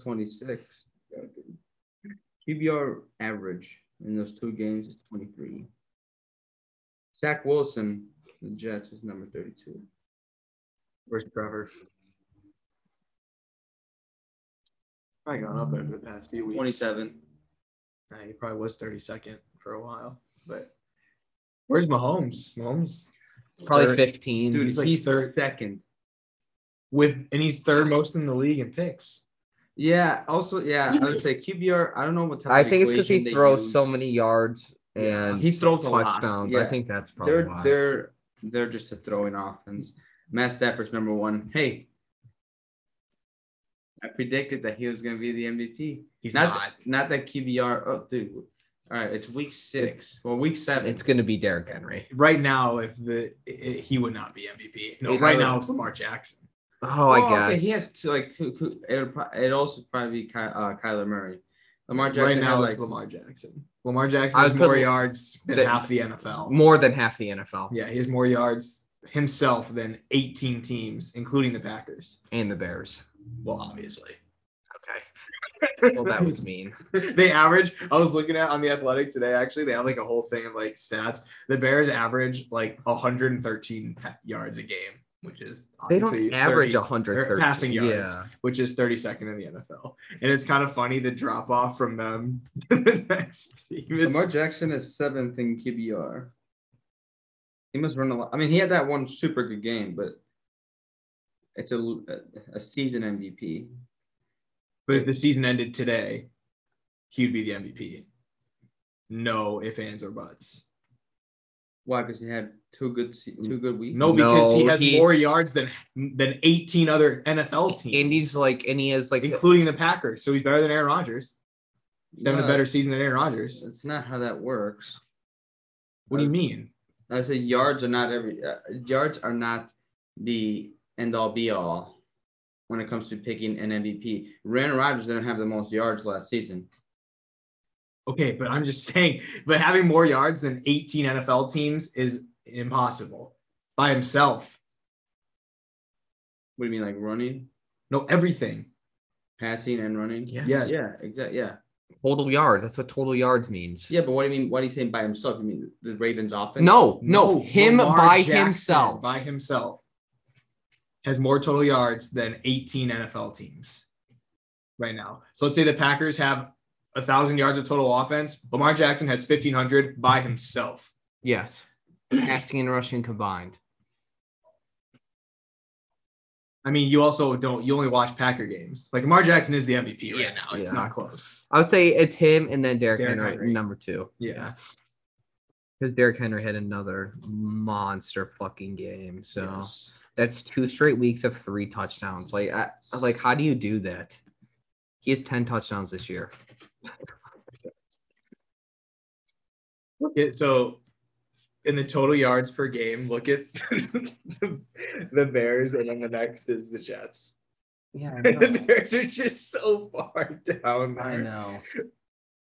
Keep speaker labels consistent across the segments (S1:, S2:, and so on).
S1: 26. QBR average in those two games is 23. Zach Wilson, the Jets, is number 32.
S2: Where's Trevor? Probably gone up over the past few weeks.
S1: 27.
S2: Nah, he probably was 32nd for a while. But where's Mahomes? Mahomes
S3: Probably
S2: Third.
S3: 15.
S1: Dude,
S2: He's
S1: he's
S2: like third.
S1: second.
S2: with and he's third most in the league in picks.
S1: Yeah. Also, yeah, I would say QBR. I don't know what type.
S3: I
S1: of
S3: think it's because
S1: equation
S3: he
S1: they
S3: throws
S1: use.
S3: so many yards
S1: Yeah,
S3: and
S1: he throws a lot.
S3: touchdowns. I
S1: Yeah.
S3: think that's probably
S1: They're
S3: why.
S1: they're they're just a throwing offense. Matt Stafford's number one. Hey, I predicted that he was going to be the MVP.
S2: He's
S1: not
S2: not.
S1: not that QBR. Oh, dude. All right, it's week six. Well, week seven.
S3: it's going to be Derrick Henry.
S2: Right now, if the i i- he would not be MVP. No,
S3: It-
S2: right now it's Lamar Jackson.
S3: Oh, I
S1: Well,
S3: guess.
S1: he had to, like who, who, it'll pro- it'd also probably be Ky, uh, Kyler Murray. Lamar
S2: right
S1: Jackson
S2: now
S1: had,
S2: it's
S1: like
S2: Lamar Jackson. Lamar Jackson
S3: I
S2: has
S3: would put
S2: more
S3: Lam-
S2: yards than
S3: the-
S2: half the NFL.
S3: More than half the NFL
S2: Yeah, he has more yards himself than 18 teams, including the Packers.
S3: and the Bears.
S2: Well, obviously.
S3: Okay. well, that was mean.
S2: they average i was looking at on the athletic today actually they have like a whole thing of like stats the bears average like 113 pa- yards a game which is
S3: They don't
S2: obviously
S3: average
S2: 30
S3: 130
S2: passing yards
S3: Yeah.
S2: which is 32nd in the nfl and it's kind of funny the drop off from them to the next team It's-
S1: Lamar Jackson is seventh in QBR. He must run a lot. I mean, he had that one super good game, but it's a a season MVP.
S2: but if the season ended today he would be the mvp no if ands or buts
S1: Why? Because he had two good se- two good weeks.
S2: no because he
S3: No,
S2: has
S3: he-
S2: more yards than than 18 other nfl teams
S3: And he's like, and he has like,
S2: including the Packers. So he's better than Aaron Rodgers. He's having
S1: No,
S2: a better season than Aaron Rodgers.
S1: That's not how that works.
S2: What do you mean?
S1: I say yards are not every uh, yards are not the end all be all when it comes to picking an MVP. Aaron Rodgers didn't have the most yards last season.
S2: Okay, but I'm just saying, but having more yards than 18 NFL teams is impossible by himself.
S1: What do you mean, like running,
S2: No, everything.
S1: passing, and running?
S3: Yes.
S2: Yeah.
S1: yeah, exactly, yeah.
S3: total yards. That's what total yards means.
S1: Yeah, but what do you mean? What are you saying by himself? You mean the Ravens offense?
S3: No, no, him
S2: Lamar
S3: by
S2: Jackson
S3: himself.
S2: By himself has more total yards than 18 NFL teams right now. So let's say the Packers have a thousand yards of total offense. Lamar Jackson has 1500 by himself.
S3: yes. Passing and rushing combined.
S2: I mean, you also don't. You only watch Packer games. Like Lamar Jackson is the MVP
S3: Yeah.
S2: right now. It's
S3: Yeah.
S2: not close.
S3: I would say it's him and then Derrick
S2: Derrick
S3: Henry,
S2: Henry.
S3: number two.
S2: Yeah.
S3: Because Derrick Henry had another monster fucking game. So
S2: Yes.
S3: that's two straight weeks of three touchdowns. Like, I, like, how do you do that? He has 10 touchdowns this year.
S2: Look at so, in the total yards per game, look at the Bears, and then the next is the Jets.
S3: Yeah,
S2: the Bears are just so far down
S3: I
S2: there.
S3: know.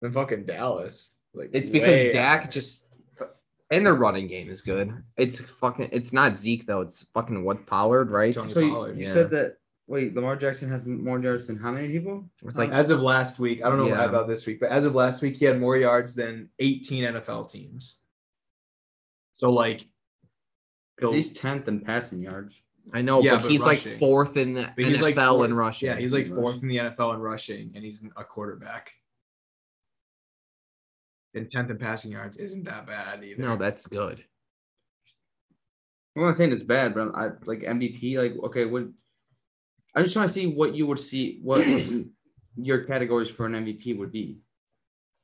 S2: And fucking Dallas. Like
S3: It's because
S2: way
S3: Dak
S2: out.
S3: just and their running game is good. It's fucking. It's not Zeke though. It's fucking what Pollard, right?
S2: Tony
S1: So you,
S2: Pollard.
S1: you
S3: Yeah.
S1: said that. Wait, Lamar Jackson has more yards than how many people?
S3: It's like
S2: As of last week, I don't know
S3: Yeah.
S2: about this week, but as of last week, he had more yards than 18 NFL teams. So like,
S1: Because he's tenth in passing yards.
S3: I know,
S2: Yeah,
S3: but,
S2: but
S3: he's
S2: rushing.
S3: like fourth in the
S2: But
S3: NFL
S2: he's like fourth-
S3: in rushing.
S2: Yeah, he's like
S1: in
S2: fourth in the NFL in rushing, and he's a quarterback. And tenth in passing yards isn't that bad either.
S3: no, that's good.
S1: I'm not saying it's bad, but I like MVP. Like, okay, what? I'm just trying to see what you would see, what your categories for an MVP would be.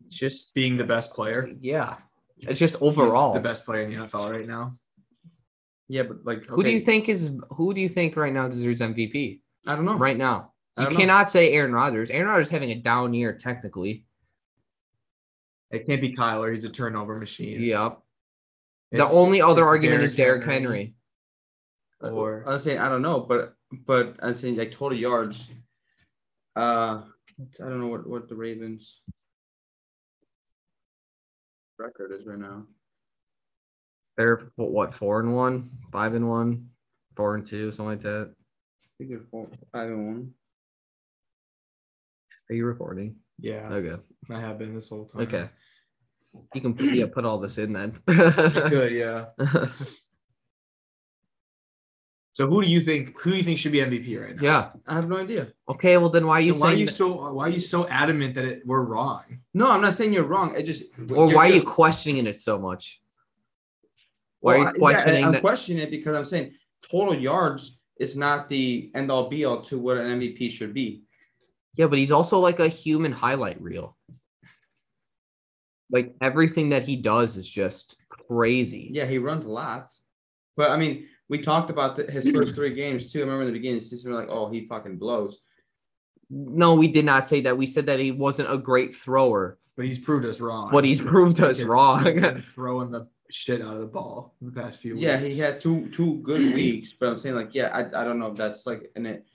S3: It's just
S2: being the best player
S3: yeah. It's just
S2: He's
S3: overall.
S2: the best player in the NFL right now.
S1: Yeah, but like,
S3: Who do
S1: okay,
S3: you think is who do you think right now deserves MVP
S1: I don't know.
S3: right now?
S1: I
S3: You
S1: don't know.
S3: cannot say Aaron Rodgers. Aaron Rodgers is having a down year technically.
S2: It can't be Kyler; he's a turnover machine.
S3: Yep. the
S2: It's-
S3: only other
S2: it's
S3: argument
S2: Derrick
S3: is Derrick
S2: Henry.
S3: Henry.
S2: Or
S1: Uh, I was saying I don't know, but but I was saying like total yards. Uh, I don't know what what the Ravens record is right now.
S3: They're what, what four and one, five and one, four and two, something like that.
S1: I think they're four, five and one.
S3: Are you recording?
S2: Yeah,
S3: Okay.
S2: I have been this whole time.
S3: Okay. You can put, yeah, put all this in then.
S2: You could, yeah. So who do you think? Who do you think should be MVP right now?
S3: yeah.
S1: I have no idea.
S3: Okay. Well, then why are you
S2: And why are
S3: saying?
S2: you so Why are you so adamant that it, we're wrong?
S1: No, I'm not saying you're wrong. It just
S3: or
S1: you're-
S3: why are you
S1: you're-
S3: questioning it so much? Why
S1: Well, I- yeah,
S3: are you
S1: uh,
S3: questioning
S1: I'm
S3: that?
S1: questioning it because I'm saying total yards is not the end all be all to what an MVP should be.
S3: Yeah, but he's also like a human highlight reel. Like everything that he does is just crazy.
S1: Yeah, he runs a lot, but I mean, we talked about the, his first three games too. I remember in the beginning of the season, we are like, oh, he fucking blows.
S3: No, we did not say that. We said that he wasn't a great thrower,
S2: But he's proved us wrong.
S3: but he's proved
S2: Because
S3: us
S2: he's
S3: wrong.
S2: been throwing the shit out of the ball the past few.
S1: Yeah,
S2: weeks.
S1: he had two two good weeks, but I'm saying like, yeah, I, I don't know if that's like and it.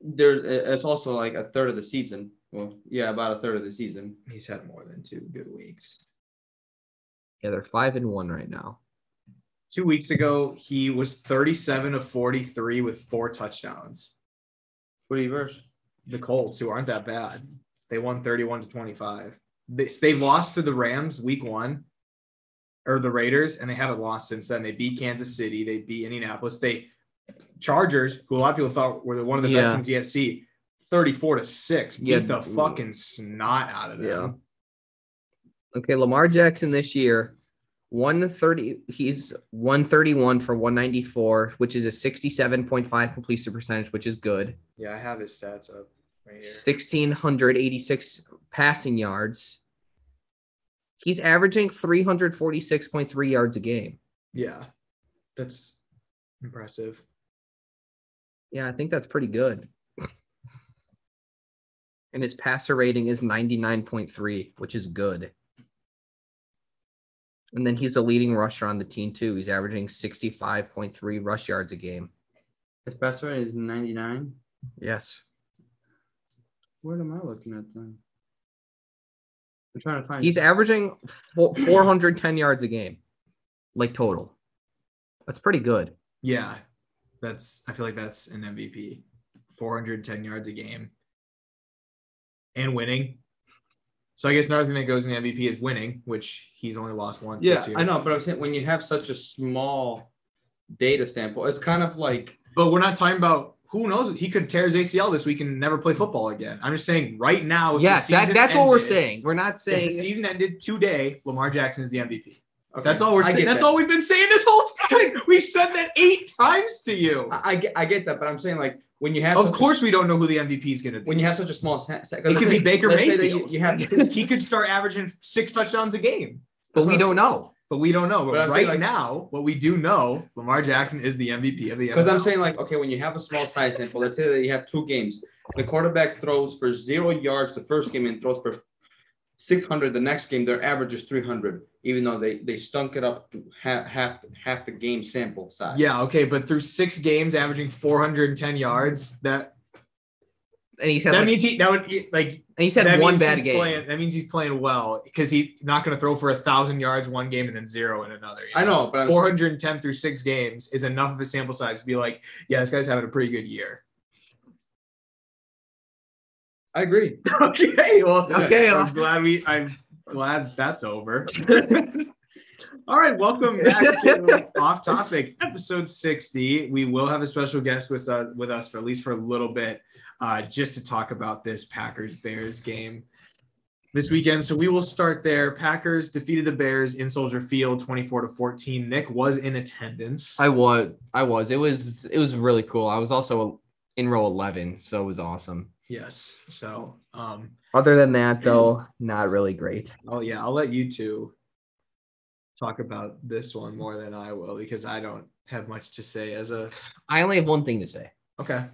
S1: There, it's also like a third of the season. Well, yeah, about a third of the season.
S2: he's had more than two good weeks.
S3: yeah, they're five and one right now.
S2: Two weeks ago, he was 37 of 43 with four touchdowns.
S1: What do you verse?
S2: The Colts, who aren't that bad, they won 31 to 25. They, they lost to the Rams week one or the Raiders, and they haven't lost since then. They beat Kansas City, they beat Indianapolis. They Chargers, who a lot of people thought were the, one of the
S3: Yeah.
S2: best teams in the FC, 34 to 6, beat
S3: Yeah.
S2: the fucking snot out of them.
S3: Yeah. Okay, Lamar Jackson this year, 130 he's 131 for 194, which is a 67.5 completion percentage, which is good.
S2: Yeah, I have his stats up right here.
S3: 1686 passing yards. He's averaging 346.3 yards a game.
S2: Yeah, that's impressive.
S3: Yeah, I think that's pretty good. And his passer rating is 99.3, which is good. And then he's a leading rusher on the team, too. He's averaging 65.3 rush yards a game.
S1: His best rating is 99.
S3: Yes.
S1: Where am I looking at then? I'm trying to find.
S3: He's averaging four- 410 yards a game, like total. That's pretty good.
S2: Yeah, that's. I feel like that's an MVP. 410 yards a game and winning. So I guess another thing that goes in the MVP is winning, which he's only lost once.
S1: yeah,
S2: this year.
S1: I know, but I'm saying when you have such a small data sample, it's kind of like
S2: But we're not talking about who knows. He could tear his ACL this week and never play football again. I'm just saying right now. if the
S3: Yes, that,
S2: season
S3: that's what we're
S2: ended-
S3: saying. We're not
S2: If the
S3: saying
S2: season ended today. Lamar Jackson is the MVP.
S1: okay,
S2: That's all we're
S1: I
S2: saying.
S1: get
S2: That's
S1: that.
S2: all we've been saying this whole time. We've said that eight times to you.
S1: I, I get. I get that, but I'm saying like when you have
S2: Of
S1: such a-
S2: course, we don't know who the MVP is going to be.
S1: when you have such a small set, it
S2: It could be Baker
S1: You,
S2: Mayfield.
S1: you have,
S2: he could start averaging six touchdowns a game,
S3: but we don't know.
S2: but we don't know. But,
S1: But I'm
S2: right
S1: saying, like-
S2: now, what we do know, Lamar Jackson is the MVP of the
S1: because I'm
S2: NFL.
S1: saying like okay, when you have a small size sample, let's say that you have two games, the quarterback throws for zero yards the first game and throws for 600 the next game. Their average is 300, even though they they stunk it up to half half half the game sample size.
S2: yeah, okay, but through six games, averaging 410 yards, that
S3: And he's had
S2: that
S3: like,
S2: means he that would like
S3: and he's
S2: that
S3: had one
S2: means
S3: bad
S2: he's
S3: game.
S2: Playing, that means he's playing well because he's not going to throw for a thousand yards one game and then zero in another. you
S1: I know, but I'm
S2: 410 through six games is enough of a sample size to be like, yeah, this guy's having a pretty good year.
S1: I agree.
S2: okay, well,
S3: Okay, uh,
S2: I'm glad we. I'm glad that's over. All right, welcome back to Off Topic, episode sixty. We will have a special guest with us, with us for at least for a little bit, uh, just to talk about this Packers Bears game this weekend. So we will start there. Packers defeated the Bears in Soldier Field, twenty-four to fourteen. Nick was in attendance.
S3: I was, I was. It was, it was really cool. I was also in row eleven, so it was awesome.
S2: yes, so um,
S3: Other than that, though, not really great.
S2: Oh yeah, I'll let you two talk about this one more than I will because I don't have much to say as a
S3: I only have one thing to say.
S2: Okay.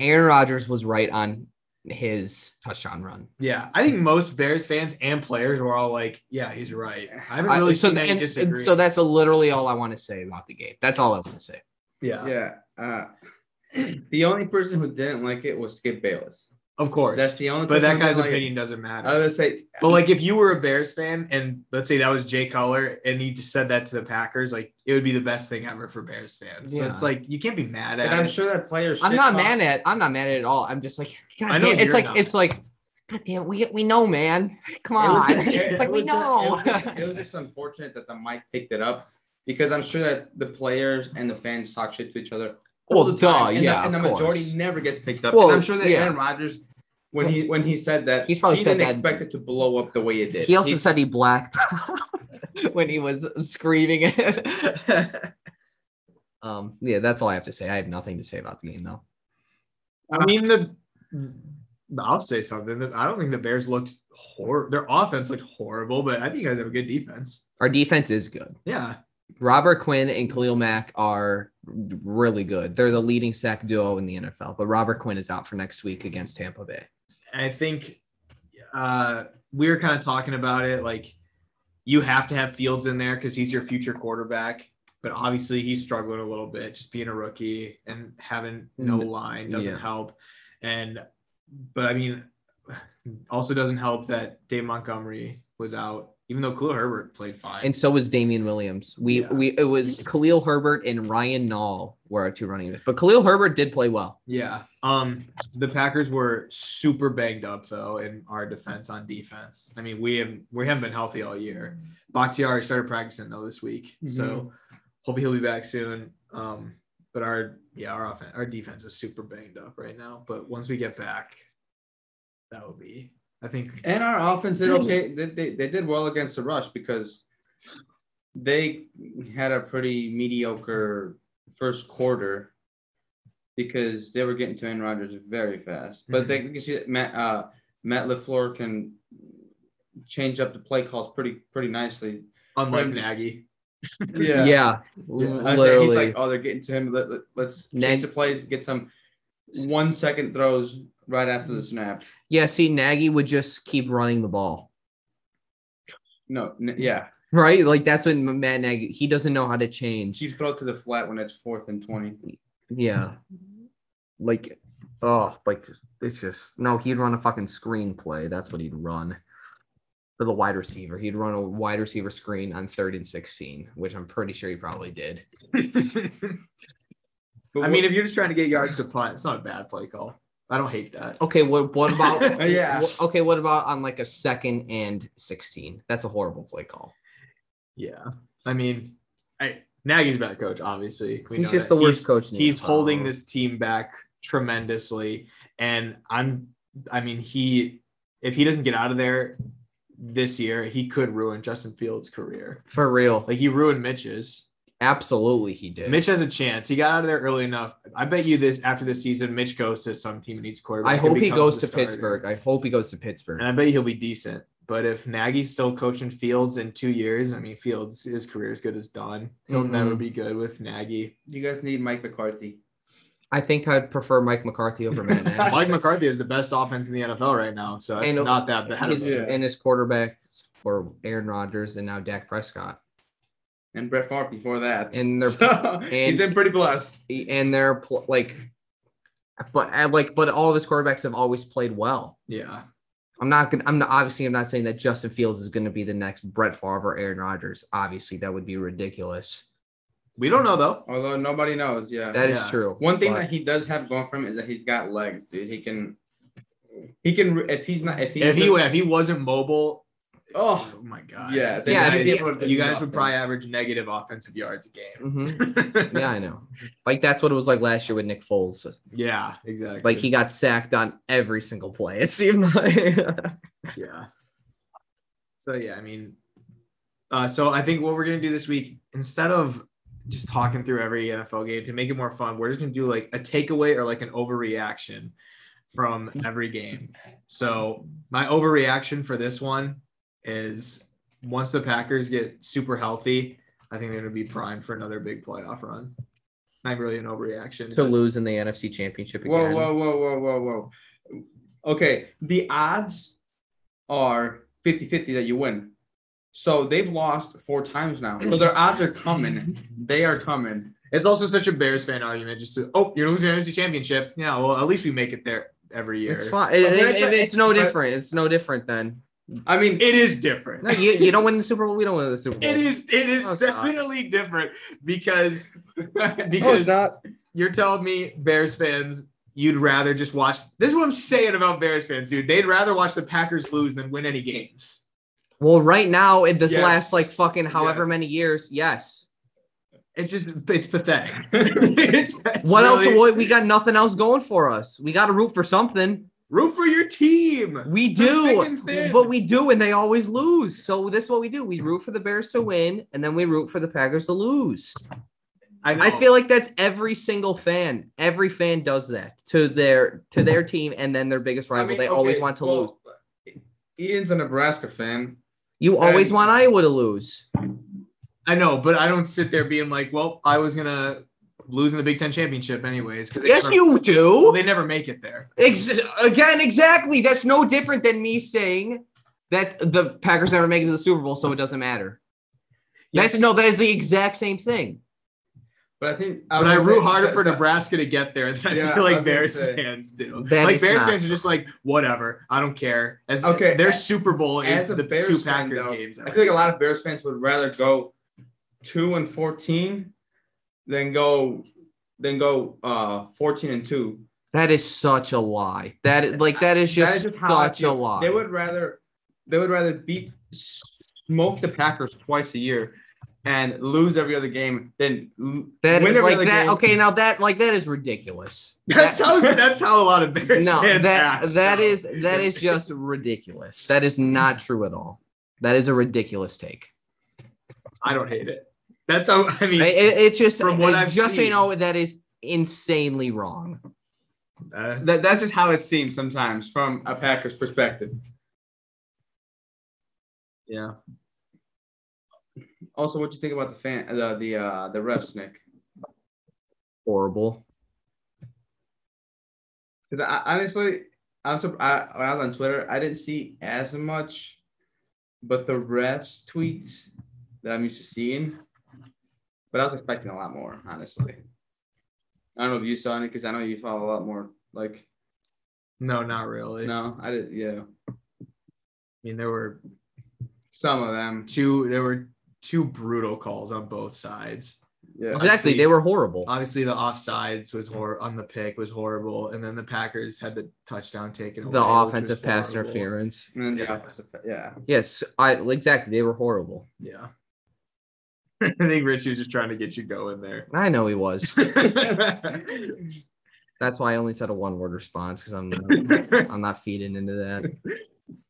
S3: Aaron Rodgers was right on his touchdown run.
S2: Yeah, I think most Bears fans and players were all like, "Yeah, he's right." I haven't
S3: I-
S2: really
S3: Uh, so,
S2: seen any
S3: and- and
S2: disagree.
S3: so that's literally all I want to say about the game. That's all I was going to say.
S2: yeah.
S1: Yeah. Uh, the only person who didn't like it was Skip Bayless.
S2: Of course.
S1: That's the only.
S2: but that
S1: person I'm
S2: guy's
S1: like-
S2: opinion doesn't matter.
S1: I would say,
S2: But like if you were a Bears fan and let's say that was Jay Cutler and he just said that to the Packers, like it would be the best thing ever for Bears fans. So
S3: Yeah.
S2: it's like you can't be mad
S1: and
S2: at
S1: I'm
S2: it.
S1: sure that players.
S3: I'm not mad at. I'm not mad at all. I'm just like, God
S2: I know
S3: damn, it's
S2: you're
S3: like
S2: not.
S3: it's like, God damn, we we know, man. Come
S1: It was-
S3: on,
S1: it
S3: It's like we
S1: was just- it
S3: know.
S1: was just- It was just unfortunate that the mic picked it up because I'm sure that the players and the fans talk shit to each other. all
S3: Well,
S1: the
S3: duh,
S1: time, and
S3: yeah,
S1: The, and the
S3: of
S1: majority
S3: course.
S1: never gets picked up.
S3: Well,
S1: and I'm sure that
S3: yeah.
S1: Aaron Rodgers, when he when he said that,
S3: He's probably
S1: he
S3: said
S1: didn't
S3: that-
S1: expect it to blow up the way it did.
S3: He also said he blacked when he was screaming it. um, yeah, that's all I have to say. I have nothing to say about the game though.
S2: I
S3: Ah.
S2: mean the I'll say something that I don't think the Bears looked hor their offense looked horrible, but I think you guys have a good defense.
S3: Our defense is good.
S2: Yeah.
S3: Robert Quinn and Khalil Mack are really good. They're the leading sack duo in the NFL, but Robert Quinn is out for next week against Tampa Bay.
S2: I think uh, we were kind of talking about it. Like, you have to have Fields in there because he's your future quarterback. But obviously, he's struggling a little bit just being a rookie and having no
S3: Mm,
S2: line doesn't
S3: yeah.
S2: help. And, but I mean, also doesn't help that Dave Montgomery was out, even though Khalil Herbert played fine.
S3: And so was Damian Williams. We
S2: Yeah.
S3: we it was Khalil Herbert and Ryan Nall were our two running backs. But Khalil Herbert did play well.
S2: yeah. Um, the Packers were super banged up though in our defense on defense. I mean, we have we haven't been healthy all year. Bakhtiari started practicing though this week, so hopefully he'll be back soon. Um, but our yeah, our offense, our defense is super banged up right now. But once we get back, that will be. I think
S1: And our offense did okay. They, they, they did well against the rush because they had a pretty mediocre first quarter because they were getting to Aaron Rodgers very fast. But they you can see that Matt uh, Matt Lafleur can change up the play calls pretty pretty nicely.
S2: unlike
S1: When-
S2: Nagy,
S3: Yeah.
S1: yeah. Okay,
S3: Literally.
S1: he's like, oh, they're getting to him. Let, us
S3: Neg-
S1: change the plays, get some one second throws right after the snap.
S3: yeah, see, Nagy would just keep running the ball.
S1: No, n- yeah,
S3: Right? Like that's what Matt Nagy he doesn't know how to change.
S1: she throw it to the flat when it's fourth and twenty.
S3: Yeah. Like, oh, like it's just no. He'd run a fucking screen play. That's what he'd run for the wide receiver. He'd run a wide receiver screen on third and sixteen, which I'm pretty sure he probably did.
S1: But
S2: I
S1: what-
S2: mean, if you're just trying to get yards to punt, it's not a bad play call. I don't hate that.
S3: Okay, what what about?
S1: Yeah.
S3: wh- Okay, what about on like a second and sixteen? That's a horrible play call.
S2: Yeah, I mean, I Nagy's a bad coach. Obviously, We
S3: He's
S2: know
S3: just
S2: that.
S3: the worst coach. in the
S2: he's
S3: NFL.
S2: holding this team back tremendously and i'm i mean he if he doesn't get out of there this year he could ruin justin fields career
S3: for real. Like,
S2: like he ruined mitch's
S3: absolutely, he did.
S2: mitch has a chance he got out of there early enough i bet you this after this season mitch goes to some team and needs quarterback
S3: I
S2: and
S3: hope he
S2: becomes
S3: goes
S2: the
S3: to
S2: starter.
S3: Pittsburgh. I hope he goes to Pittsburgh.
S2: and i bet you he'll be decent but if Nagy's still coaching Fields in two years, I mean, Fields, his career is good as done. He'll
S3: Mhm.
S2: never be good with Nagy.
S1: You guys need Mike McCarthy.
S3: I think I'd prefer Mike McCarthy over Matt Nagy.
S2: Mike McCarthy is the best offense in the NFL right now, so it's
S3: And-
S2: not that bad.
S3: his,
S1: Yeah.
S3: and his quarterbacks were Aaron Rodgers and now Dak Prescott,
S1: and Brett Favre before that.
S3: and they're
S1: so, he's
S3: and-
S1: been pretty blessed.
S3: and they're pl- like, but I like but all of his quarterbacks have always played well.
S2: Yeah.
S3: I'm not gonna. I'm not, obviously I'm not saying that Justin Fields is going to be the next Brett Favre or Aaron Rodgers. Obviously, that would be ridiculous.
S2: We don't know though.
S1: Although nobody knows, yeah.
S3: That is
S2: Yeah.
S3: true.
S1: One thing
S3: but-
S1: that he does have going for him is that he's got legs, dude. He can, he can. If he's not, if he,
S2: If he
S1: doesn't-
S2: if he wasn't mobile,
S1: oh,
S2: oh my god.
S1: yeah,
S3: Yeah,
S1: might
S3: if
S1: be
S3: he-
S1: able to
S2: You
S1: do
S2: guys
S1: nothing.
S2: would probably average negative offensive yards a game.
S3: Mhm. Yeah, I know. Like that's what it was like last year with Nick Foles.
S2: yeah, exactly.
S3: Like he got sacked on every single play. It seemed like.
S2: yeah. So yeah, I mean, uh, so I think what we're gonna do this week, instead of just talking through every NFL game to make it more fun, we're just gonna do like a takeaway or like an overreaction from every game. So my overreaction for this one is once the Packers get super healthy, I think they're gonna be primed for another big playoff run. Not really an overreaction.
S3: to
S2: but-
S3: lose in the NFC Championship again.
S1: Whoa, whoa, whoa, whoa, whoa, whoa. Okay, the odds are 50-50 that you win. So they've lost four times now. So their odds are coming. They are coming.
S2: It's also such a Bears fan argument. Just to, oh, you're losing the NFC Championship. Yeah, well, at least we make it there. every year.
S3: It's fine. It-
S2: But then
S3: it-
S2: it's a-
S3: it's no
S2: but-
S3: different. It's no different then.
S1: I mean,
S2: It is different.
S3: No, you, you don't win the Super Bowl. We don't win the Super Bowl.
S2: It is it is
S3: No, it's not.
S2: definitely different because
S3: No, it's
S2: because
S3: not.
S2: you're telling me Bears fans you'd rather just watch this is what I'm saying about Bears fans, dude. They'd rather watch the Packers lose than win any games.
S3: Well, right now, in this
S2: Yes.
S3: last like fucking however
S2: Yes.
S3: many years, yes.
S2: It's just it's pathetic. It's- it's
S3: what else?
S2: really-
S3: What, we got nothing else going for us. We got to root for something.
S2: root for your team?
S3: We
S2: thick
S3: do,
S2: and thin.
S3: but we do, and they always lose. So this is what we do: we root for the Bears to win, and then we root for the Packers to lose. I
S2: know.
S3: feel like that's every single fan. Every fan does that to their to their team, and then their biggest
S1: I
S3: rival.
S1: mean,
S3: they always
S1: okay,
S3: want to
S1: well,
S3: lose.
S1: Ian's a Nebraska fan.
S3: You always
S1: and-
S3: want Iowa to lose.
S2: I know, but I don't sit there being like, well, I was gonna lose in the Big Ten championship anyways because
S3: Yes, you do.
S2: they never make it there.
S3: Ex- again, exactly. That's no different than me saying that the Packers never make it to the Super Bowl, so it doesn't matter. That's no, that is the exact same thing.
S1: But I think
S2: But I
S1: would
S2: root
S1: say
S2: harder
S1: that-
S2: for
S1: that-
S2: Nebraska to get there than I
S1: Yeah,
S2: feel
S1: I
S2: like
S1: was gonna
S2: Bears
S1: say.
S2: fans do.
S3: That
S2: like
S3: is
S2: Bears
S3: not-
S2: fans are just like, whatever, I don't care. As okay,
S1: Okay,
S2: their
S1: as-
S2: Super Bowl is
S1: as a
S2: the
S1: Bears
S2: two
S1: fan,
S2: Packers
S1: though,
S2: games.
S1: I feel like a lot of Bears fans would rather go two and fourteen than go than go uh fourteen and two.
S3: That is such a lie. That is like that is
S1: That
S3: just,
S1: is just how I
S3: such a
S1: feel.
S3: lie.
S1: They would rather they would rather beat smoke the Packers twice a year and lose every other game than l-
S3: that
S1: win every
S3: like
S1: other
S3: that.
S1: game.
S3: Okay, now that like that is ridiculous.
S2: that's
S3: That-
S2: how that's how a lot of Bears
S3: no,
S2: fans
S3: that
S2: act,
S3: that
S2: though.
S3: is that is just ridiculous. That is not true at all. That is a ridiculous take.
S2: I don't hate it. That's how I mean.
S3: It, it- it's just
S2: From what
S3: it-
S2: I've
S3: just so you
S2: seen.
S3: know that is insanely wrong.
S2: uh,
S1: That, that's just how it seems sometimes from a Packers perspective.
S2: yeah,
S1: Also, what do you think about the fan the the uh, the refs, Nick?
S3: Horrible.
S1: Because I, honestly, I'm sur- I, when I was on Twitter, I didn't see as much, but the refs tweets that I'm used to seeing, but I was expecting a lot more. Honestly, I don't know if you saw any because I know you follow a lot more. Like,
S2: no, not really.
S1: no, I didn't. Yeah,
S2: I mean, there were
S1: some of them.
S2: two. There were two brutal calls on both sides.
S1: Yeah,
S3: Exactly.
S2: see.
S3: They were horrible.
S2: Obviously, the offsides was hor- on the pick was horrible, and then the Packers had the touchdown taken.
S3: the
S2: away, which
S3: offensive
S2: was
S3: pass
S2: horrible.
S3: interference.
S1: and then the
S2: Yeah.
S1: opposite. Yeah,
S3: Yes, I exactly. They were horrible.
S2: Yeah. I think Richie was just trying to get you going there.
S3: I know he was.
S2: I'm
S3: That's why I only said a one-word response because I'm I'm not feeding into that.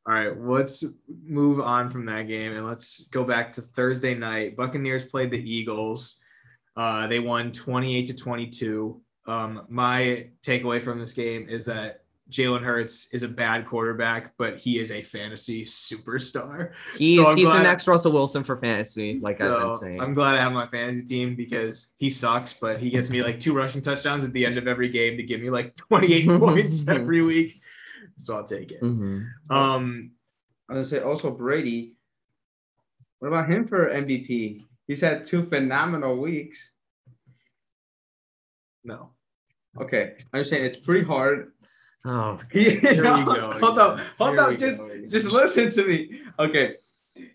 S2: All right, let's move on from that game and let's go back to Thursday night. Buccaneers played the Eagles. Uh, they won 28 to 22. Um, my takeaway from this game is that Jalen Hurts is a bad quarterback, but he is a fantasy superstar.
S3: He's
S2: I'm
S3: he's the
S2: glad-
S3: next Russell Wilson for fantasy, like I've been
S2: So
S3: saying.
S2: I'm glad I have my fantasy team because he sucks, but he gets me like two rushing touchdowns at the end of every game to give me like 28 points every week. So I'll take
S1: Mm.
S2: it.
S3: Mhm.
S2: Um,
S1: I was gonna say also Brady. What about him for MVP? He's had two phenomenal weeks.
S2: no.
S1: Okay, I'm just saying it's pretty hard.
S3: Oh,
S1: Here
S2: Here we go.
S1: Hold up, hold
S2: Here we
S1: up, just
S2: go again.
S1: Just listen to me. Okay.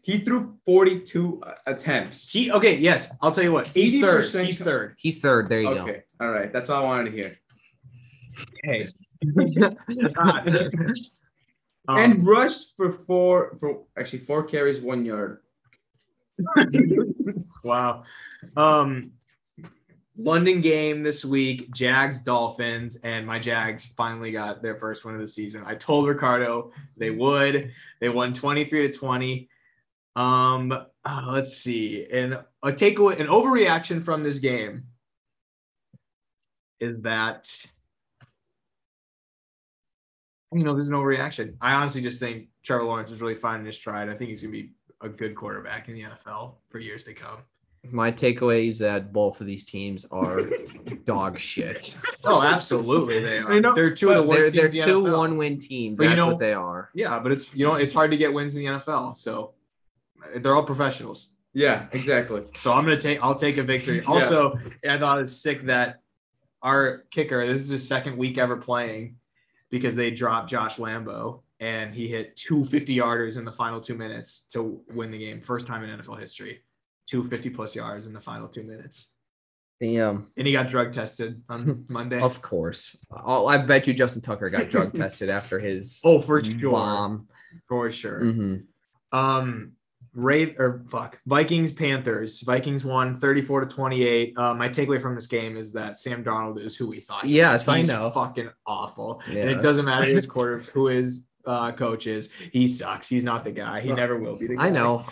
S1: He threw 42 attempts.
S2: He okay, yes. I'll tell you what. He's third.
S1: 80%.
S2: He's third.
S3: he's third. There you
S1: Okay. All right. That's all I wanted to hear.
S2: Hey. Ah, Um,
S1: and rushed for four, for actually four carries, one yard.
S2: wow. Um London game this week, Jags Dolphins, and my Jags finally got their first win of the season. I told Ricardo they would. They won 23 to 20. Um uh, let's see. And a takeaway an overreaction from this game is that you know, there's no reaction. I honestly just think Trevor Lawrence is really finding his stride. I think he's gonna be a good quarterback in the NFL for years to come.
S3: go. My takeaway is that both of these teams are dog shit.
S2: Oh, absolutely, they are.
S1: I know,
S2: they're two of the
S3: They're
S2: worst
S3: they're
S2: teams in
S3: two
S2: the NFL.
S3: one-win teams.
S2: But you
S3: That's
S2: know-
S3: what they are.
S2: Yeah, but it's you know it's hard to get wins in the NFL, so they're all professionals.
S1: Yeah, exactly.
S2: So I'm gonna take I'll take a victory.
S1: Yeah.
S2: Also, I thought it was sick that our kicker this is his second week ever playing, because they dropped Josh Lambo and he hit two 50 yarders in the final two minutes to win the game. First time in NFL history. Two 50 plus yards in the final two minutes.
S3: Damn.
S2: And he got drug tested on Monday.
S3: Of course. I'll, I bet you Justin Tucker got drug tested after his
S2: Oh, for sure.
S3: bomb.
S2: For sure.
S3: Mhm.
S2: Um, Rave or fuck Vikings Panthers. Vikings won 34 to 28. Uh, my takeaway from this game is that Sam Donald is who we thought. he
S3: Yes,
S2: was.
S3: I
S2: He's
S3: know.
S2: Fucking awful. And
S3: Yeah.
S2: it doesn't matter who his quarter, who his uh, coach is. He sucks. He's not the guy. He never will be the guy.
S3: I know.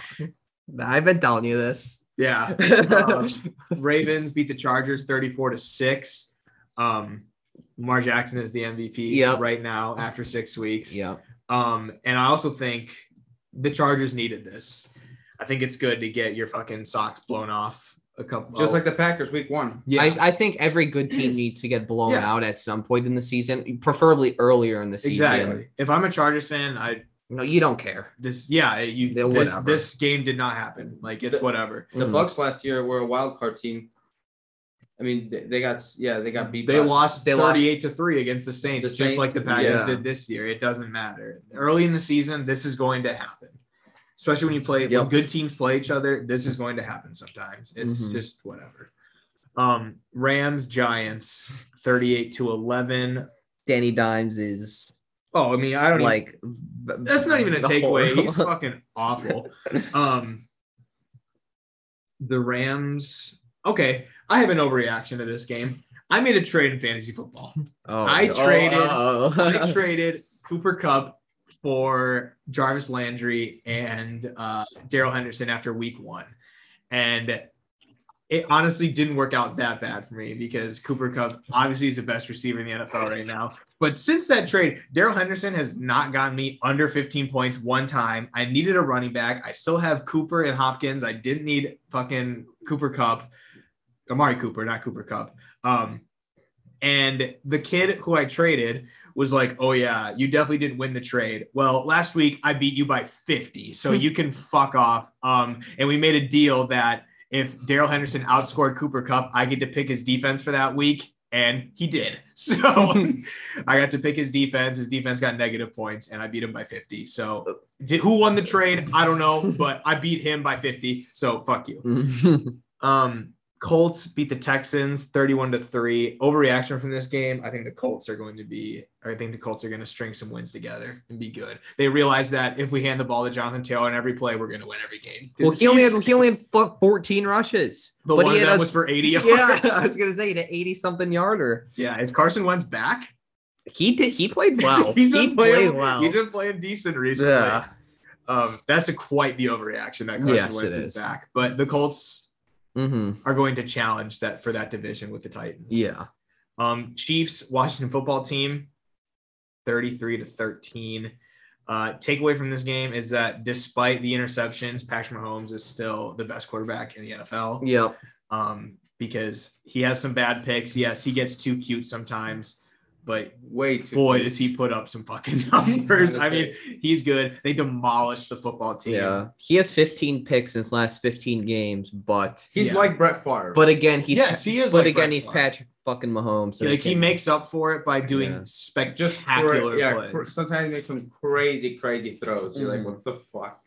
S3: I've been telling you this.
S2: Yeah. Um, Ravens beat the Chargers 34 to 6. Um, Lamar Jackson is the MVP
S3: Yep.
S2: right now after six weeks.
S3: yeah.
S2: Um, and I also think the Chargers needed this. I think it's good to get your fucking socks blown off a couple.
S1: Just like the Packers week one.
S2: yeah,
S3: I, I think every good team needs to get blown
S2: Yeah.
S3: out at some point in the season, preferably earlier in the season.
S2: exactly. If I'm a Chargers fan, I
S3: No, you don't care.
S2: this yeah you
S3: Yeah,
S2: this
S3: whatever.
S2: this game did not happen. Like it's
S1: The-
S2: whatever.
S1: The
S3: Mhm.
S1: Bucks last year were a wild card team. I mean, they, they got yeah, they got beat.
S2: They
S1: by-
S2: lost
S3: They lost-
S2: 38 to 3 against the Saints,
S1: The
S2: just
S1: Saints,
S2: like the Packers
S3: yeah.
S2: did this year. It doesn't matter. Early in the season, this is going to happen. Especially when you play when
S3: Yep.
S2: good teams play each other, this is going to happen sometimes. It's
S3: Mhm.
S2: just whatever. Um Rams Giants 38 to 11.
S3: Danny Dimes is
S2: Oh, I mean, I don't like
S3: like b-
S2: even, that's not even a takeaway.
S3: horrible.
S2: He's fucking awful. Um the Rams. Okay, I have an overreaction to this game. I made a trade in fantasy football.
S3: Oh,
S2: I
S3: no.
S2: traded-
S3: Oh, oh,
S2: I
S3: oh.
S2: traded Cooper Cup for Jarvis Landry and uh, Daryl Henderson after week one. And it honestly didn't work out that bad for me because Cooper Cup obviously is the best receiver in the NFL right now. But since that trade, Daryl Henderson has not gotten me under 15 points one time. I needed a running back. I still have Cooper and Hopkins. I didn't need fucking Cooper Cup, Amari Cooper, not Cooper Cup. Um, and the kid who I traded was like, "Oh yeah, you definitely didn't win the trade." Well, last week I beat you by 50, so you can fuck off. Um, and we made a deal that if Daryl Henderson outscored Cooper Cup, I get to pick his defense for that week, and he did. So I got to pick his defense. His defense got negative points, and I beat him by 50. So did, who won the trade? I don't know, but I beat him by 50. So fuck you. Um, Colts beat the Texans 31 to 3. Overreaction from this game. I think the Colts are going to be, I think the Colts are going to string some wins together and be good. They realize that if we hand the ball to Jonathan Taylor on every play, we're going to win every game.
S3: well, he only had he only had fu- fourteen rushes,
S2: the
S3: but
S2: one
S3: he
S2: of
S3: had
S2: them
S3: a-
S2: was for 80 yards.
S3: Yeah, I was gonna say he had an eighty something yarder.
S2: yeah. Is Carson Wentz back?
S3: He did. He played well.
S2: he's been
S3: he
S2: playing.
S3: played well.
S2: He's been playing decent recently.
S3: yeah.
S2: Um, that's a quite the overreaction that Carson
S3: Yes,
S2: Wentz
S3: it
S2: is.
S3: is.
S2: back. But the Colts
S3: Mm-hmm.
S2: are going to challenge that for that division with the Titans.
S3: Yeah.
S2: Um, Chiefs, Washington football team, 33 to 13. Uh, takeaway from this game is that despite the interceptions, Patrick Mahomes is still the best quarterback in the NFL
S3: Yep.
S2: um, because he has some bad picks. Yes, he gets too cute sometimes, but
S1: way too.
S2: boy, does he put up some fucking numbers. I mean, he's good. They demolished the football team.
S3: Yeah. He has fifteen picks in his last fifteen games, but
S1: He's
S2: Yeah.
S1: like Brett Favre.
S3: but again he's
S2: yes, he is.
S3: but
S2: like
S3: again
S2: Brett
S3: he's
S2: Favre.
S3: Patrick fucking Mahomes. so
S2: Like he
S3: can't-
S2: makes up for it by doing
S3: Yeah.
S2: spectacular
S1: yeah,
S2: plays.
S1: cr- sometimes he makes some crazy, crazy throws. You're like,
S3: Mhm.
S1: what the fuck?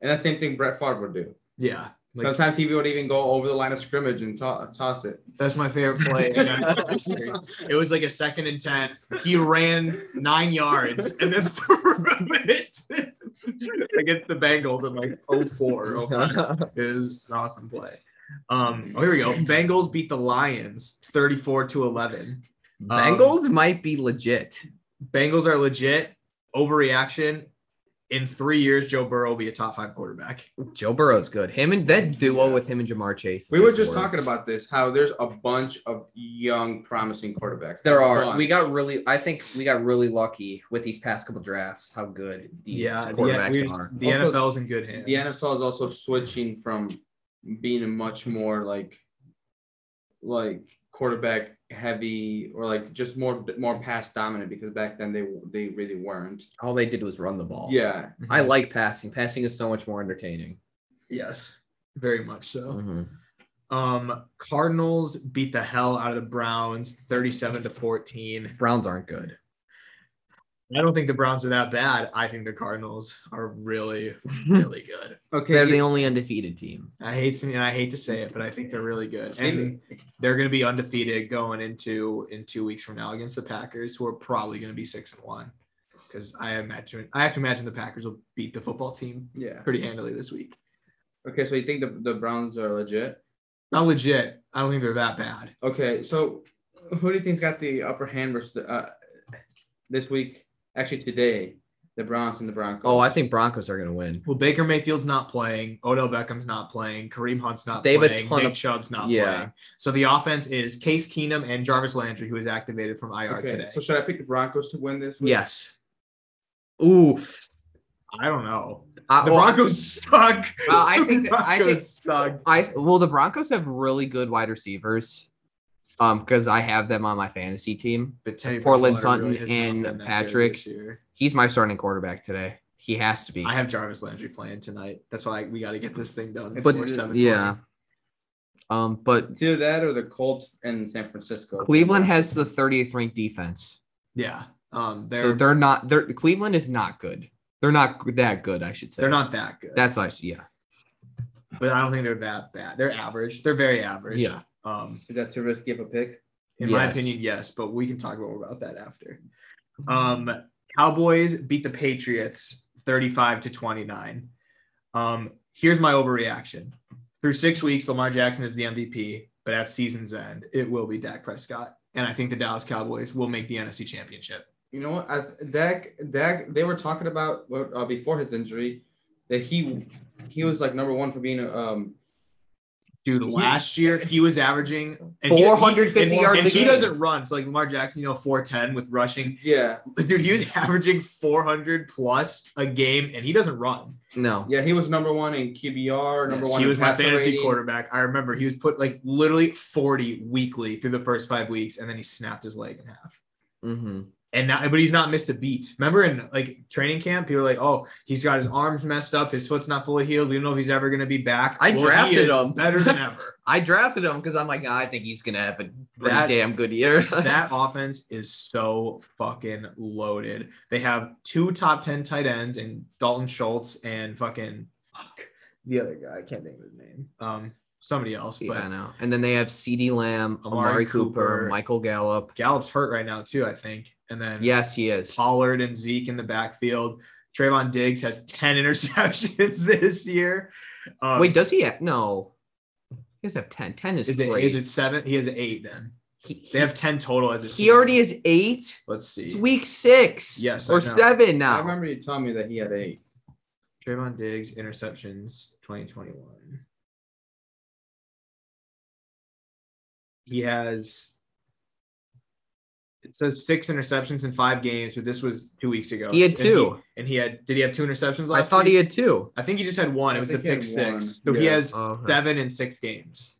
S1: And that same thing Brett Favre would do.
S2: yeah. Like-
S1: sometimes he would even go over the line of scrimmage and to- toss it.
S2: That's my favorite play. in NFL history. it was like a second and ten. He ran nine yards and then threw it against the Bengals in like 04. or 05. It was an awesome play. Um, oh, here we go. Bengals beat the Lions 34 to 11. Um,
S3: Bengals might be legit.
S2: Bengals are legit. Overreaction. In three years, Joe Burrow will be a top five quarterback.
S3: Joe Burrow's good. Him and that duo with him and Jamar Chase.
S1: We were just
S3: works.
S1: talking about this how there's a bunch of young, promising quarterbacks.
S3: There
S1: A
S3: are.
S1: bunch.
S3: We got really. I think we got really lucky with these past couple drafts. How good these
S2: Yeah,
S3: quarterbacks
S2: the,
S3: are.
S2: the NFL's in good hands.
S1: the NFL is also switching from being a much more like like quarterback heavy or like just more more pass dominant because back then they they really weren't.
S3: All they did was run the ball.
S1: Yeah.
S3: I like passing. Passing is so much more entertaining.
S2: yes, very much so.
S3: Mm-hmm.
S2: Um, Cardinals beat the hell out of the Browns 37 to 14.
S3: Browns aren't good.
S2: I don't think the Browns are that bad. I think the Cardinals are really, really good.
S1: Okay.
S3: They're
S1: you-
S3: the only undefeated team.
S2: I hate to, and I hate to say it, but I think they're really good, and they're going to be undefeated going into in two weeks from now against the Packers, who are probably going to be six and one. Because I imagine I have to imagine the Packers will beat the football team
S1: yeah.
S2: pretty handily this week.
S1: Okay, so you think the, the Browns are legit?
S2: Not legit. I don't think they're that bad.
S1: Okay, so who do you think's got the upper hand versus the, uh, this week? Actually, today, the Browns and the Broncos.
S3: Oh, I think Broncos are going to win.
S2: Well, Baker Mayfield's not playing. Odell Beckham's not playing. Kareem Hunt's not
S3: They have a
S2: playing.
S3: ton
S2: Nick
S3: of-
S2: Chubb's not
S3: Yeah.
S2: playing. So the offense is Case Keenum and Jarvis Landry, who is activated from IR
S1: okay.
S2: today.
S1: So should I pick the Broncos to win this? Week?
S3: Yes. Oof.
S2: I don't know.
S3: I-
S2: The
S3: Uh, well,
S2: Broncos suck.
S3: Well, I think
S2: the
S3: that- I
S2: Broncos
S3: think-
S2: suck.
S3: I well, the Broncos have really good wide receivers. Um, because I have them on my fantasy team.
S2: But Teddy
S3: Portland
S2: Bridgewater
S3: Sutton
S2: has not
S3: and
S2: been that good
S3: Patrick.
S2: this year.
S3: He's my starting quarterback today. He has to be.
S2: I have Jarvis Landry playing tonight. That's why we got to get this thing done.
S3: but
S2: before 7:20.
S3: yeah. Um, but
S1: It's either that or the Colts and San Francisco.
S3: Cleveland has the 30th ranked defense.
S2: yeah. Um, they're
S3: so
S2: they're,
S3: they're not. They're Cleveland is not good. They're not that good. I should say.
S2: not that good.
S3: That's why. Yeah.
S2: but I don't think they're that bad. They're average. They're very average.
S3: Yeah.
S2: Um,
S1: Is that too risky of a pick?
S2: in my
S3: Yes. Mm-hmm.
S2: opinion, yes. But we can talk more about that after. Um, Cowboys beat the Patriots 35 to 29. Um, here's my overreaction. Through six weeks, Lamar Jackson is the MVP, but at season's end, it will be Dak Prescott. And I think the Dallas Cowboys will make the NFC championship.
S1: You know what? I, Dak, Dak, they were talking about uh, before his injury that he he was like number one for being a um,
S2: Dude, last year he was averaging and he-
S3: 450
S2: and-
S3: yards
S2: And
S3: a
S2: he
S3: game.
S2: doesn't run. So like Lamar Jackson, you know, 410 with rushing.
S1: yeah
S2: Dude, he was averaging 400 plus a game, and he doesn't run.
S3: No.
S1: yeah he was number one in QBR number
S2: Yes,
S1: one.
S2: he
S1: in
S2: was my
S1: passer
S2: fantasy
S1: rating.
S2: quarterback. I remember he was put like literally 40 weekly through the first five weeks, and then he snapped his leg in half.
S3: Mm-hmm.
S2: And now, but he's not missed a beat. Remember in like training camp, people were like, "Oh, he's got his arms messed up, his foot's not fully healed. We don't know if he's ever going to be back."
S3: I
S2: he
S3: drafted
S2: is
S3: him.
S2: better than ever.
S3: I drafted him because I'm like, "Ah, I think he's gonna have a pretty
S2: That-
S3: damn good year.
S2: that offense is so fucking loaded. They have two top 10 tight ends and Dalton Schultz and fucking fuck, the other guy. I can't think of his name. Um, somebody else,
S3: yeah, I
S2: but
S3: know. And then they have C.D. Lamb, Amari,
S2: Amari
S3: Cooper,
S2: Cooper.
S3: Michael Gallup.
S2: Gallup's hurt right now, too, I think. And then
S3: Yes, he is.
S2: Pollard and Zeke in the backfield. Trayvon Diggs has 10 interceptions this year. Um,
S3: Wait, does he have no? He does have 10. 10 is,
S2: is it,
S3: great.
S2: is it seven? He has eight then.
S3: he,
S2: They have 10 total as a
S3: he
S2: team.
S3: already is eight.
S2: Let's see.
S3: It's week six.
S2: Yes, I
S3: Or
S2: know.
S3: seven
S1: I
S3: now.
S1: remember you telling me that he had eight.
S2: Trayvon Diggs interceptions 2021. He has it says six interceptions in five games, but this was two weeks ago.
S3: He had
S2: And
S3: two.
S2: and he had did he have two interceptions
S3: I
S2: last
S3: thought he
S2: week?
S3: had two.
S2: I think he just had one.
S1: I
S2: It was the
S1: think he
S2: pick
S1: had one.
S2: six. So he
S1: Yeah.
S2: has
S3: Oh, okay.
S2: seven in six games,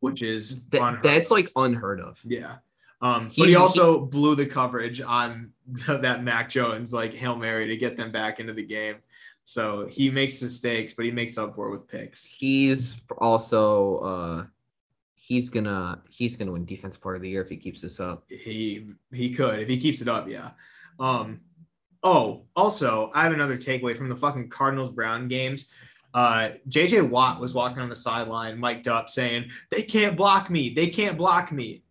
S2: which is
S3: That-
S2: unheard
S3: that's
S2: of.
S3: like unheard of.
S2: yeah. Um, but
S3: He's-
S2: he also blew the coverage on that Mac Jones like hail mary to get them back into the game. So he makes mistakes, but he makes up for it with picks.
S3: He's also uh he's gonna he's gonna win defense player of the year if he keeps this up.
S2: He he could if he keeps it up, yeah. Um, oh, also I have another takeaway from the fucking Cardinals Brown games. Uh, JJ Watt was walking on the sideline, mic'd up, saying they can't block me, they can't block me.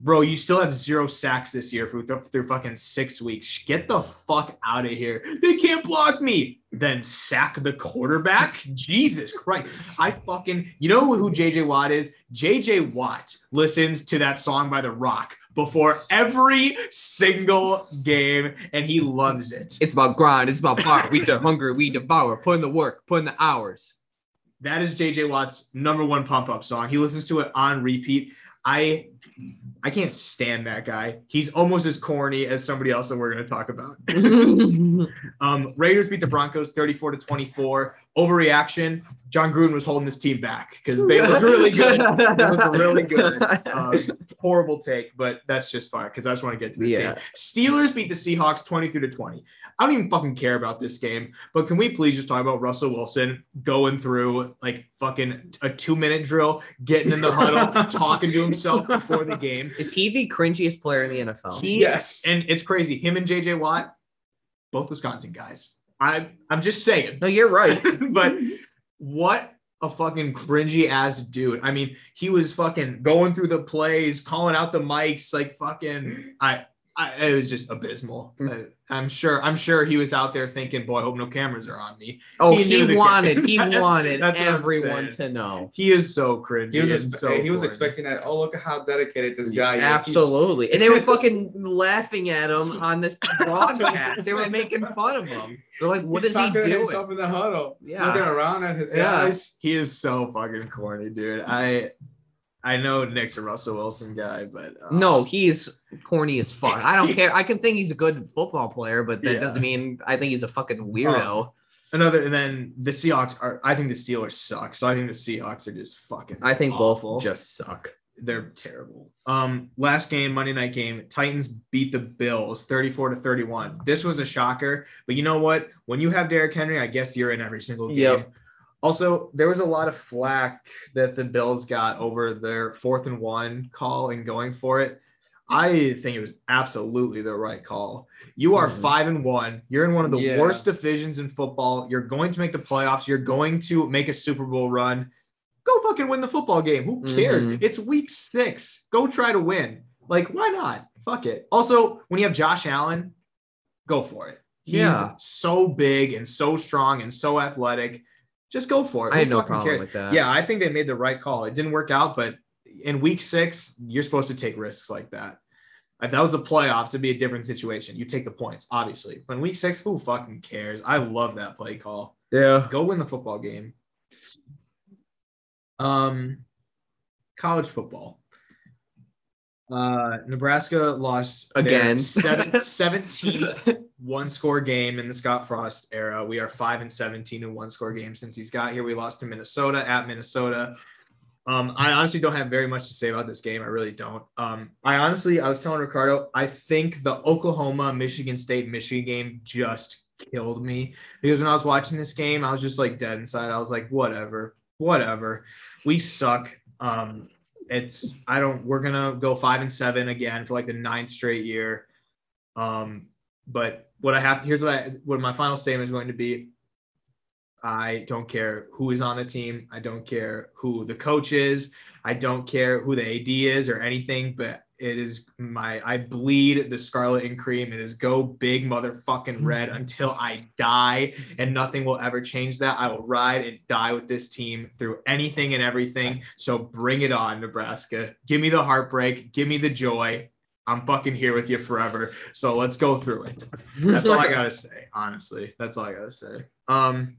S2: Bro, you still have zero sacks this year through, through fucking six weeks. Get the fuck out of here. They can't block me. Then sack the quarterback. Jesus Christ. I fucking, you know who JJ Watt is? JJ Watt listens to that song by The Rock before every single game and he loves it.
S3: It's about grind, it's about power. we are hungry, we devour, put in the work, put in the hours.
S2: That is JJ Watt's number one pump up song. He listens to it on repeat. I I can't stand that guy. He's almost as corny as somebody else that we're going to talk about. Um, Raiders beat the Broncos 34 to 24. Overreaction. John Gruden was holding his team back because they looked really good. They looked really good.
S3: Uh,
S2: Um, horrible take, but that's just fine because I just want to get to this
S3: Yeah.
S2: game. Steelers beat the Seahawks 23 to 20. I don't even fucking care about this game, but can we please just talk about Russell Wilson going through like fucking a two minute drill, getting in the huddle, talking to himself before the game?
S3: Is he the cringiest player in the NFL?
S2: He-
S1: Yes.
S2: And it's crazy. Him and JJ Watt, both Wisconsin guys. I I'm just saying.
S3: No, you're right.
S2: but what a fucking cringy ass dude. I mean, he was fucking going through the plays, calling out the mics, like fucking. I, I it was just abysmal.
S1: Hmm.
S2: I, am sure. I'm sure he was out there thinking, "Boy, I hope no cameras are on me."
S3: Oh,
S2: He
S3: he,
S2: knew the
S3: wanted he
S2: game.
S3: wanted
S2: That's what I'm
S3: everyone to know.
S2: He is so cringy.
S1: He was
S2: and
S1: just,
S2: so
S1: he was
S2: corny.
S1: expecting that. Oh, look at how dedicated this guy is. He's-
S3: Absolutely. And they were fucking laughing at him on this broadcast. They were making fun of him. They're like, what
S1: he's
S3: is he
S1: talking to
S3: doing?
S1: himself in the huddle?
S3: Yeah.
S1: Looking around at his
S2: Yeah,
S1: guys.
S2: he is so fucking corny, dude. I, I know Nick's a Russell Wilson guy, but uh,
S3: No, he's corny as fuck. I don't care. I can think he's a good football player, but that
S2: Yeah.
S3: doesn't mean I think he's a fucking weirdo.
S2: Another and then the Seahawks are. I think the Steelers suck. So I think the Seahawks are just fucking.
S3: I think
S2: awful.
S3: both just suck.
S2: they're terrible. Um, last game, Monday night game, Titans beat the Bills 34 to 31. This was a shocker, but you know what? When you have Derrick Henry, I guess you're in every single game.
S3: Yep.
S2: Also, there was a lot of flack that the Bills got over their fourth and one call and going for it. I think it was absolutely the right call. You are
S3: Mhm.
S2: five and one. You're in one of the
S1: Yeah.
S2: worst divisions in football. You're going to make the playoffs. You're going to make a Super Bowl run go fucking win the football game. Who cares?
S3: Mhm.
S2: It's week six. Go try to win. Like, why not? Fuck it. Also, when you have Josh Allen, go for it. He's
S3: Yeah.
S2: so big and so strong and so athletic. Just go for it.
S3: I
S2: Who
S3: had no
S2: fucking
S3: problem
S2: cares?
S3: with that.
S2: Yeah, I think they made the right call. It didn't work out, but in week six, you're supposed to take risks like that. If that was the playoffs, it'd be a different situation. You take the points, obviously. But in week six, who fucking cares? I love that play call
S3: Yeah.
S2: go win the football game. Um, college football. Uh, Nebraska lost their
S3: Again.
S2: seven, 17th one score game in the Scott Frost era. We are five and 17 in one score game since he's got here. We lost to Minnesota at Minnesota. Um, I honestly don't have very much to say about this game. I really don't. Um, I honestly, I was telling Ricardo, I think the Oklahoma, Michigan State, Michigan game just killed me because when I was watching this game, I was just like dead inside. I was like, whatever, whatever. We suck. Um, it's I don't. We're gonna go five and seven again for like the ninth straight year. Um, but what I have here's what I what my final statement is going to be. I don't care who is on the team. I don't care who the coach is. I don't care who the AD is or anything. But it is my I bleed the scarlet and cream. It is go big motherfucking red until I die and nothing will ever change that. I will ride and die with this team through anything and everything. So bring it on, Nebraska. Give me the heartbreak. Give me the joy. I'm fucking here with you forever. So let's go through it. That's all I gotta say. Honestly, that's all I gotta say. Um,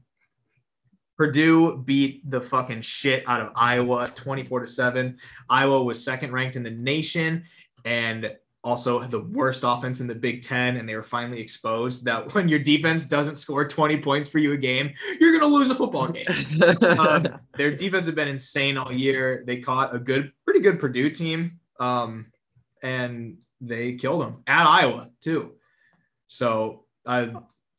S2: Purdue beat the fucking shit out of Iowa, twenty-four to seven. Iowa was second ranked in the nation, and also had the worst offense in the Big Ten. And they were finally exposed that when your defense doesn't score twenty points for you a game, you're gonna lose a football game um, their defense have been insane all year. They caught a good, pretty good Purdue team, um, and they killed them at Iowa too. So I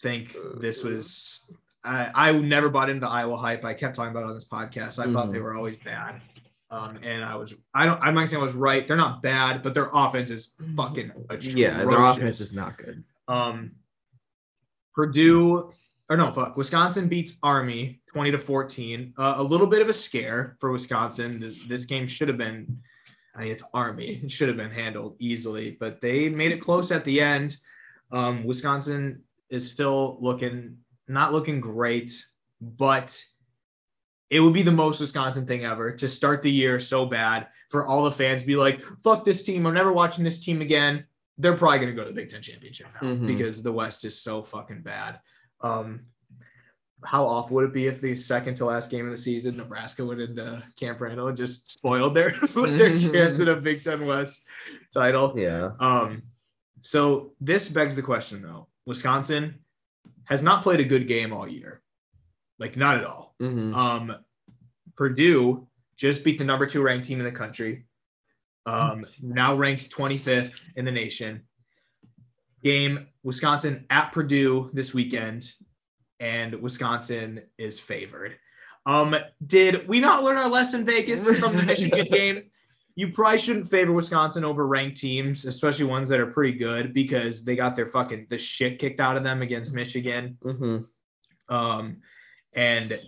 S2: think this was. I, I never bought into Iowa hype. I kept talking about it on this podcast. I thought
S3: Mhm.
S2: they were always bad, um, and I was. I don't. I'm not saying I was right. They're not bad, but their offense is fucking atrocious.
S3: yeah, their offense is not good.
S2: Um, Purdue or no, fuck. Wisconsin beats Army 20 to 14. Uh, a little bit of a scare for Wisconsin. This, this game should have been, I mean, it's Army. It should have been handled easily, but they made it close at the end. Um, Wisconsin is still looking, not looking great, but it would be the most Wisconsin thing ever to start the year so bad for all the fans to be like, fuck this team. I'm never watching this team again. They're probably going to go to the Big Ten championship now
S3: Mhm.
S2: because the West is so fucking bad. Um, how off would it be if the second to last game of the season, Nebraska went into Camp Randall and just spoiled their, their chance at a Big Ten West title?
S3: Yeah.
S2: Um, so this begs the question though. Wisconsin has not played a good game all year, like not at all.
S3: Mhm.
S2: Um, Purdue just beat the number two ranked team in the country, um, now ranked 25th in the nation. Game Wisconsin at Purdue this weekend, and Wisconsin is favored. Um, did we not learn our lesson, Vegas, from the Michigan game? you probably shouldn't favor Wisconsin over ranked teams, especially ones that are pretty good, because they got their fucking the shit kicked out of them against Michigan.
S3: Mm-hmm.
S2: Um, and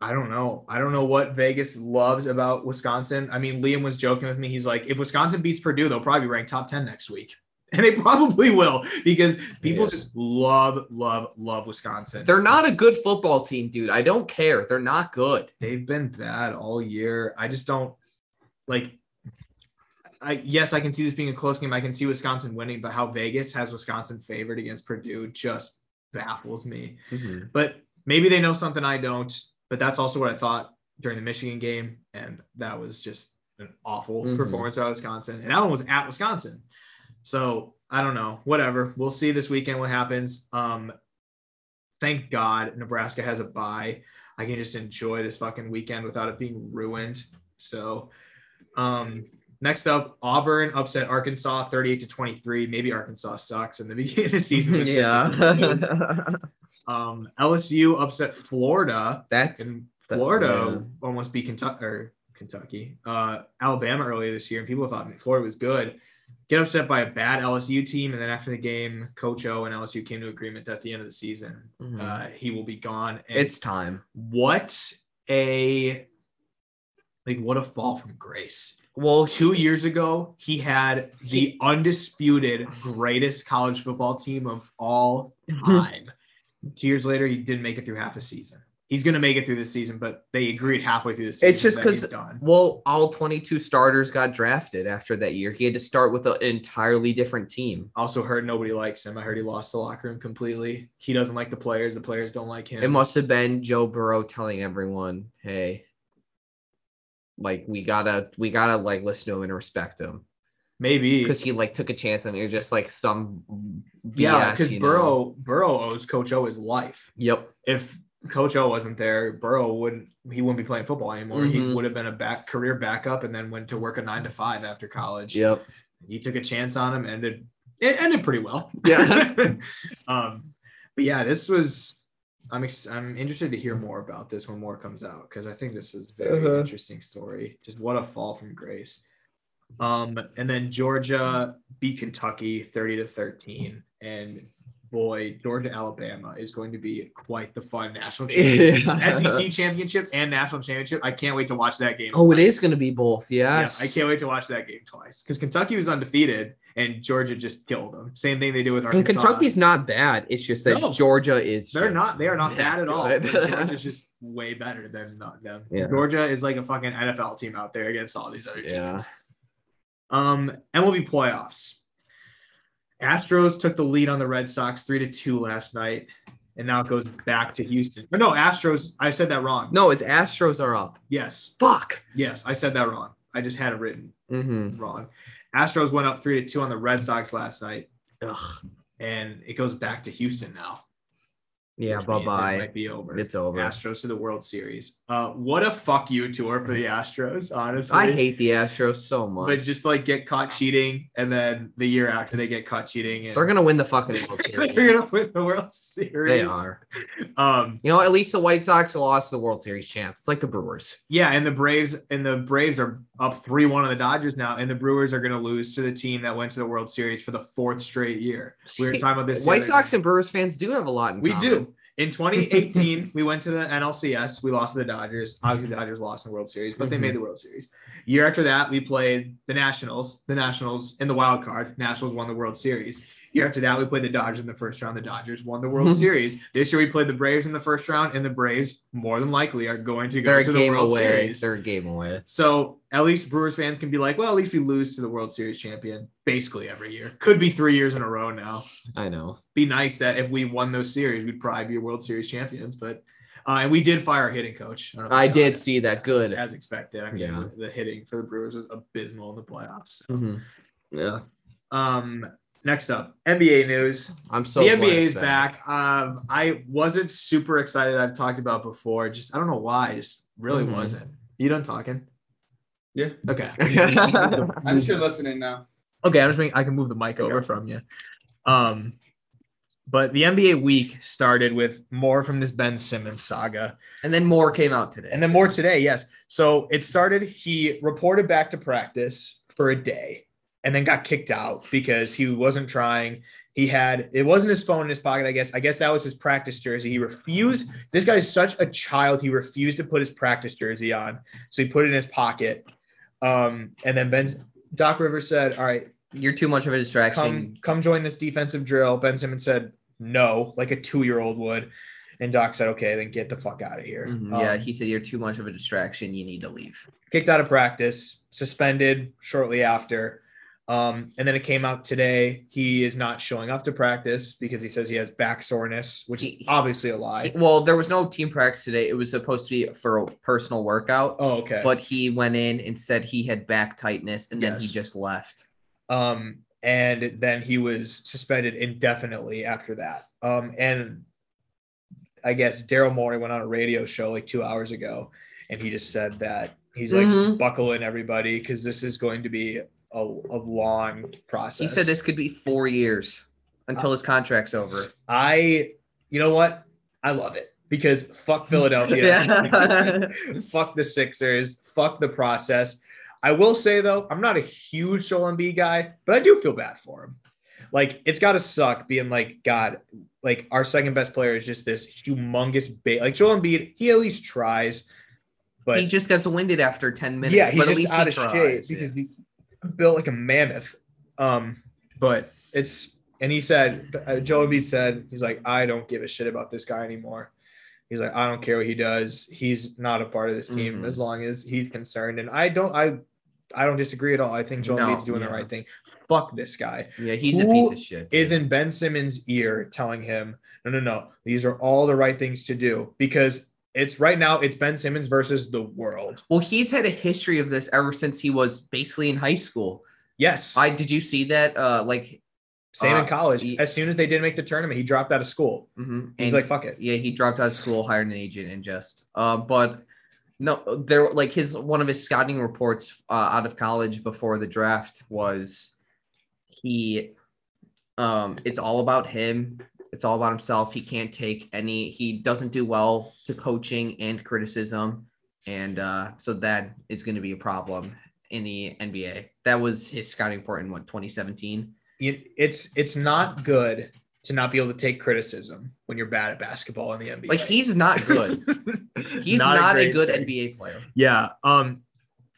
S2: I don't know. I don't know what Vegas loves about Wisconsin. I mean, Liam was joking with me. He's like, if Wisconsin beats Purdue, they'll probably be ranked top 10 next week. And they probably will because people
S3: Yeah.
S2: just love, love, love Wisconsin.
S3: They're not a good football team, dude. I don't care. They're not good.
S2: they've been bad all year. I just don't like. I yes, I can see this being a close game. I can see Wisconsin winning, but how Vegas has Wisconsin favored against Purdue just baffles me.
S3: Mm-hmm.
S2: But maybe they know something I don't. But that's also what I thought during the Michigan game, and that was just an awful
S3: Mhm.
S2: performance by Wisconsin. And that one was at Wisconsin, so I don't know. Whatever, we'll see this weekend what happens. Um, thank God Nebraska has a bye. I can just enjoy this fucking weekend without it being ruined. So, um, next up, Auburn upset Arkansas 38 to 23. Maybe Arkansas sucks in the beginning of the season.
S3: yeah.
S2: Um, LSU upset Florida,
S3: That's
S2: and Florida almost beat Kentucky or Kentucky, uh, Alabama earlier this year, and people thought Florida was good. Get upset by a bad LSU team, and then after the game, Coach O and LSU came to agreement that at the end of the season,
S3: Mhm.
S2: uh, he will be gone. And
S3: it's time.
S2: what a like what a fall from grace.
S3: Well,
S2: Two years ago, he had the undisputed greatest college football team of all time. Two years later, he didn't make it through half a season. He's going to make it through the season, but they agreed halfway through the season.
S3: just
S2: that
S3: 'cause-
S2: he's done.
S3: well, all 22 starters got drafted after that year. He had to start with an entirely different team.
S2: Also heard nobody likes him. I heard he lost the locker room completely. He doesn't like the players. The players don't like him.
S3: It must have been Joe Burrow telling everyone, "Hey, like we gotta, we gotta like listen to him and respect him,"
S2: Maybe
S3: because he like took a chance and you're just like some,
S2: yeah,
S3: BS,
S2: because
S3: you know?
S2: Burrow Burrow owes Coach O his life.
S3: Yep.
S2: if Coach O wasn't there, Burrow wouldn't he wouldn't be playing football anymore. He
S3: Mhm.
S2: would have been a back career backup and then went to work a nine to five after college.
S3: Yep.
S2: He took a chance on him, ended it ended pretty well.
S3: Yeah.
S2: um, but yeah, this was I'm ex- I'm interested to hear more about this when more comes out because I think this is a very
S3: Uh-huh.
S2: interesting story. Just what a fall from grace. Um, and then Georgia beat Kentucky 30 to 13. And boy, Georgia Alabama is going to be quite the fun national championship. SEC championship and national championship. I can't wait to watch that game.
S3: Oh, it
S2: twice.
S3: is going to be both.
S2: Yeah,
S3: Yes.
S2: I can't wait to watch that game twice because Kentucky was undefeated and Georgia just killed them. Same thing they did with
S3: I mean,
S2: Arkansas.
S3: Kentucky's not bad. It's just that
S2: No.
S3: Georgia is.
S2: They're
S3: just-
S2: not. They are not
S3: Yeah,
S2: bad at all.
S3: good.
S2: Georgia's just way better than not them.
S3: Yeah.
S2: Georgia is like a fucking NFL team out there against all these other teams.
S3: Yeah.
S2: Um, MLB playoffs. Astros took the lead on the Red Sox three to two last night, and now it goes back to Houston. Or no, Astros. I said that wrong.
S3: No, it's Astros are up.
S2: Yes,
S3: Fuck.
S2: yes, I said that wrong. I just had it written
S3: Mm-hmm.
S2: wrong. Astros went up three to two on the Red Sox last night,
S3: Ugh.
S2: and it goes back to Houston now.
S3: Yeah.
S2: which
S3: Bye
S2: means it
S3: bye.
S2: Might be over.
S3: It's over.
S2: Astros to the World Series. Uh, what a fuck you tour for the Astros, honestly.
S3: I hate the Astros so much.
S2: but just like get caught cheating, and then the year after they get caught cheating, and
S3: They're gonna win the fucking World Series.
S2: they're gonna win the World Series.
S3: They are.
S2: Um,
S3: You know, at least the White Sox lost the World Series champ. It's like the Brewers.
S2: yeah, and the Braves and the Braves are up three one on the Dodgers now, and the Brewers are gonna lose to the team that went to the World Series for the fourth straight year. We were talking about this. the
S3: White
S2: other
S3: Sox and Brewers fans do have a lot in
S2: We
S3: common.
S2: do. In 2018, we went to the NLCS. We lost to the Dodgers. Obviously, the Dodgers lost in the World Series, but they
S3: Mhm.
S2: made the World Series. Year after that, we played the Nationals. The Nationals in the wild card. Nationals won the World Series. Year after that, we played the Dodgers in the first round. The Dodgers won the
S3: Mm-hmm.
S2: World Series. This year, we played the Braves in the first round, and the Braves more than likely are going to go
S3: They're a
S2: to the
S3: game
S2: World
S3: away.
S2: Series.
S3: They're a game away.
S2: So at least Brewers fans can be like, well, at least we lose to the World Series champion basically every year. Could be three years in a row now
S3: I know.
S2: be nice that if we won those series, we'd probably be World Series champions. But uh, and we did fire our hitting coach. don't know if
S3: I
S2: you saw
S3: did
S2: that.
S3: see that. Good.
S2: as expected. I mean,
S3: Yeah.
S2: the hitting for the Brewers was abysmal in the playoffs.
S3: Mhm. Yeah.
S2: Um, next up, NBA news.
S3: I'm so.
S2: the
S3: glad
S2: NBA
S3: it's
S2: is back. Um, I wasn't super excited. I've talked about before. Just I don't know why. I just really
S3: Mhm.
S2: wasn't. You done talking?
S1: Yeah.
S2: Okay.
S1: I'm sure listening now.
S2: Okay, I'm just making, I can move the mic over from you. Um, But the NBA week started with more from this Ben Simmons saga.
S3: And then more came out today.
S2: And then more today, yes. So it started, he reported back to practice for a day and then got kicked out because he wasn't trying. He had, it wasn't his phone in his pocket, I guess. I guess that was his practice jersey. He refused, this guy is such a child. He refused to put his practice jersey on. So he put it in his pocket. Um, and then Ben's, Doc Rivers said, All right,
S3: You're too much of a distraction.
S2: come come join this defensive drill. Ben Simmons said no, like a two year old would, and Doc said okay, then get the fuck out of here.
S3: Mhm,
S2: Um,
S3: yeah, he said you're too much of a distraction. You need to leave.
S2: kicked out of practice, suspended shortly after. Um, and then it came out today he is not showing up to practice because he says he has back soreness, which is
S3: He-
S2: obviously a lie.
S3: Well, there was no team practice today. It was supposed to be for a personal workout,
S2: Oh, okay.
S3: but he went in and said he had back tightness, and then he
S2: Yes.
S3: just left.
S2: um, and then he was suspended indefinitely after that. Um, and I guess Daryl Morey went on a radio show like two hours ago, and he just said that he's like
S3: Mhm.
S2: buckle in everybody because this is going to be a, a long process.
S3: He said this could be four years until his contract's over.
S2: I, you know what? I love it because fuck Philadelphia.
S3: Yeah.
S2: fuck the Sixers. Fuck the process. I will say though, I'm not a huge Joel Embiid guy, but I do feel bad for him. Like it's got to suck being like God, like our second best player is just this humongous bait. Like Joel Embiid, he at least tries, but
S3: he just gets winded after 10 minutes.
S2: yeah, he's
S3: but
S2: just
S3: at least
S2: out
S3: he
S2: of shape
S3: tries, yeah.
S2: because he built like a mammoth. Um, but it's and he said uh, Joel Embiid said he's like I don't give a shit about this guy anymore. He's like I don't care what he does. He's not a part of this team
S3: Mhm.
S2: as long as he's concerned. And I don't I I don't disagree at all. I think Joel
S3: No,
S2: Embiid's doing the
S3: yeah.
S2: right thing. Fuck this guy
S3: Yeah, he's a
S2: Who
S3: piece of shit. dude.
S2: is in Ben Simmons' ear telling him, no, no, no, these are all the right things to do because it's right now it's Ben Simmons versus the world.
S3: Well, he's had a history of this ever since he was basically in high school.
S2: Yes.
S3: I did you see that? Uh, like,
S2: Same in
S3: Uh,
S2: college.
S3: he-
S2: as soon as they didn't make the tournament, he dropped out of school.
S3: mhm,
S2: He's
S3: and-
S2: like, "Fuck it."
S3: yeah, he dropped out of school, hired an agent, and just. Uh, but no, there like his one of his scouting reports uh, out of college before the draft was he. Um, it's all about him. It's all about himself. He can't take any. He doesn't do well to coaching and criticism, and uh, so that is going to be a problem in the NBA. That was his scouting report in what 2017.
S2: You- It's it's not good to not be able to take criticism when you're bad at basketball in the NBA.
S3: Like he's not good. He's not, a,
S2: great
S3: good
S2: player.
S3: NBA player.
S2: Yeah. Um,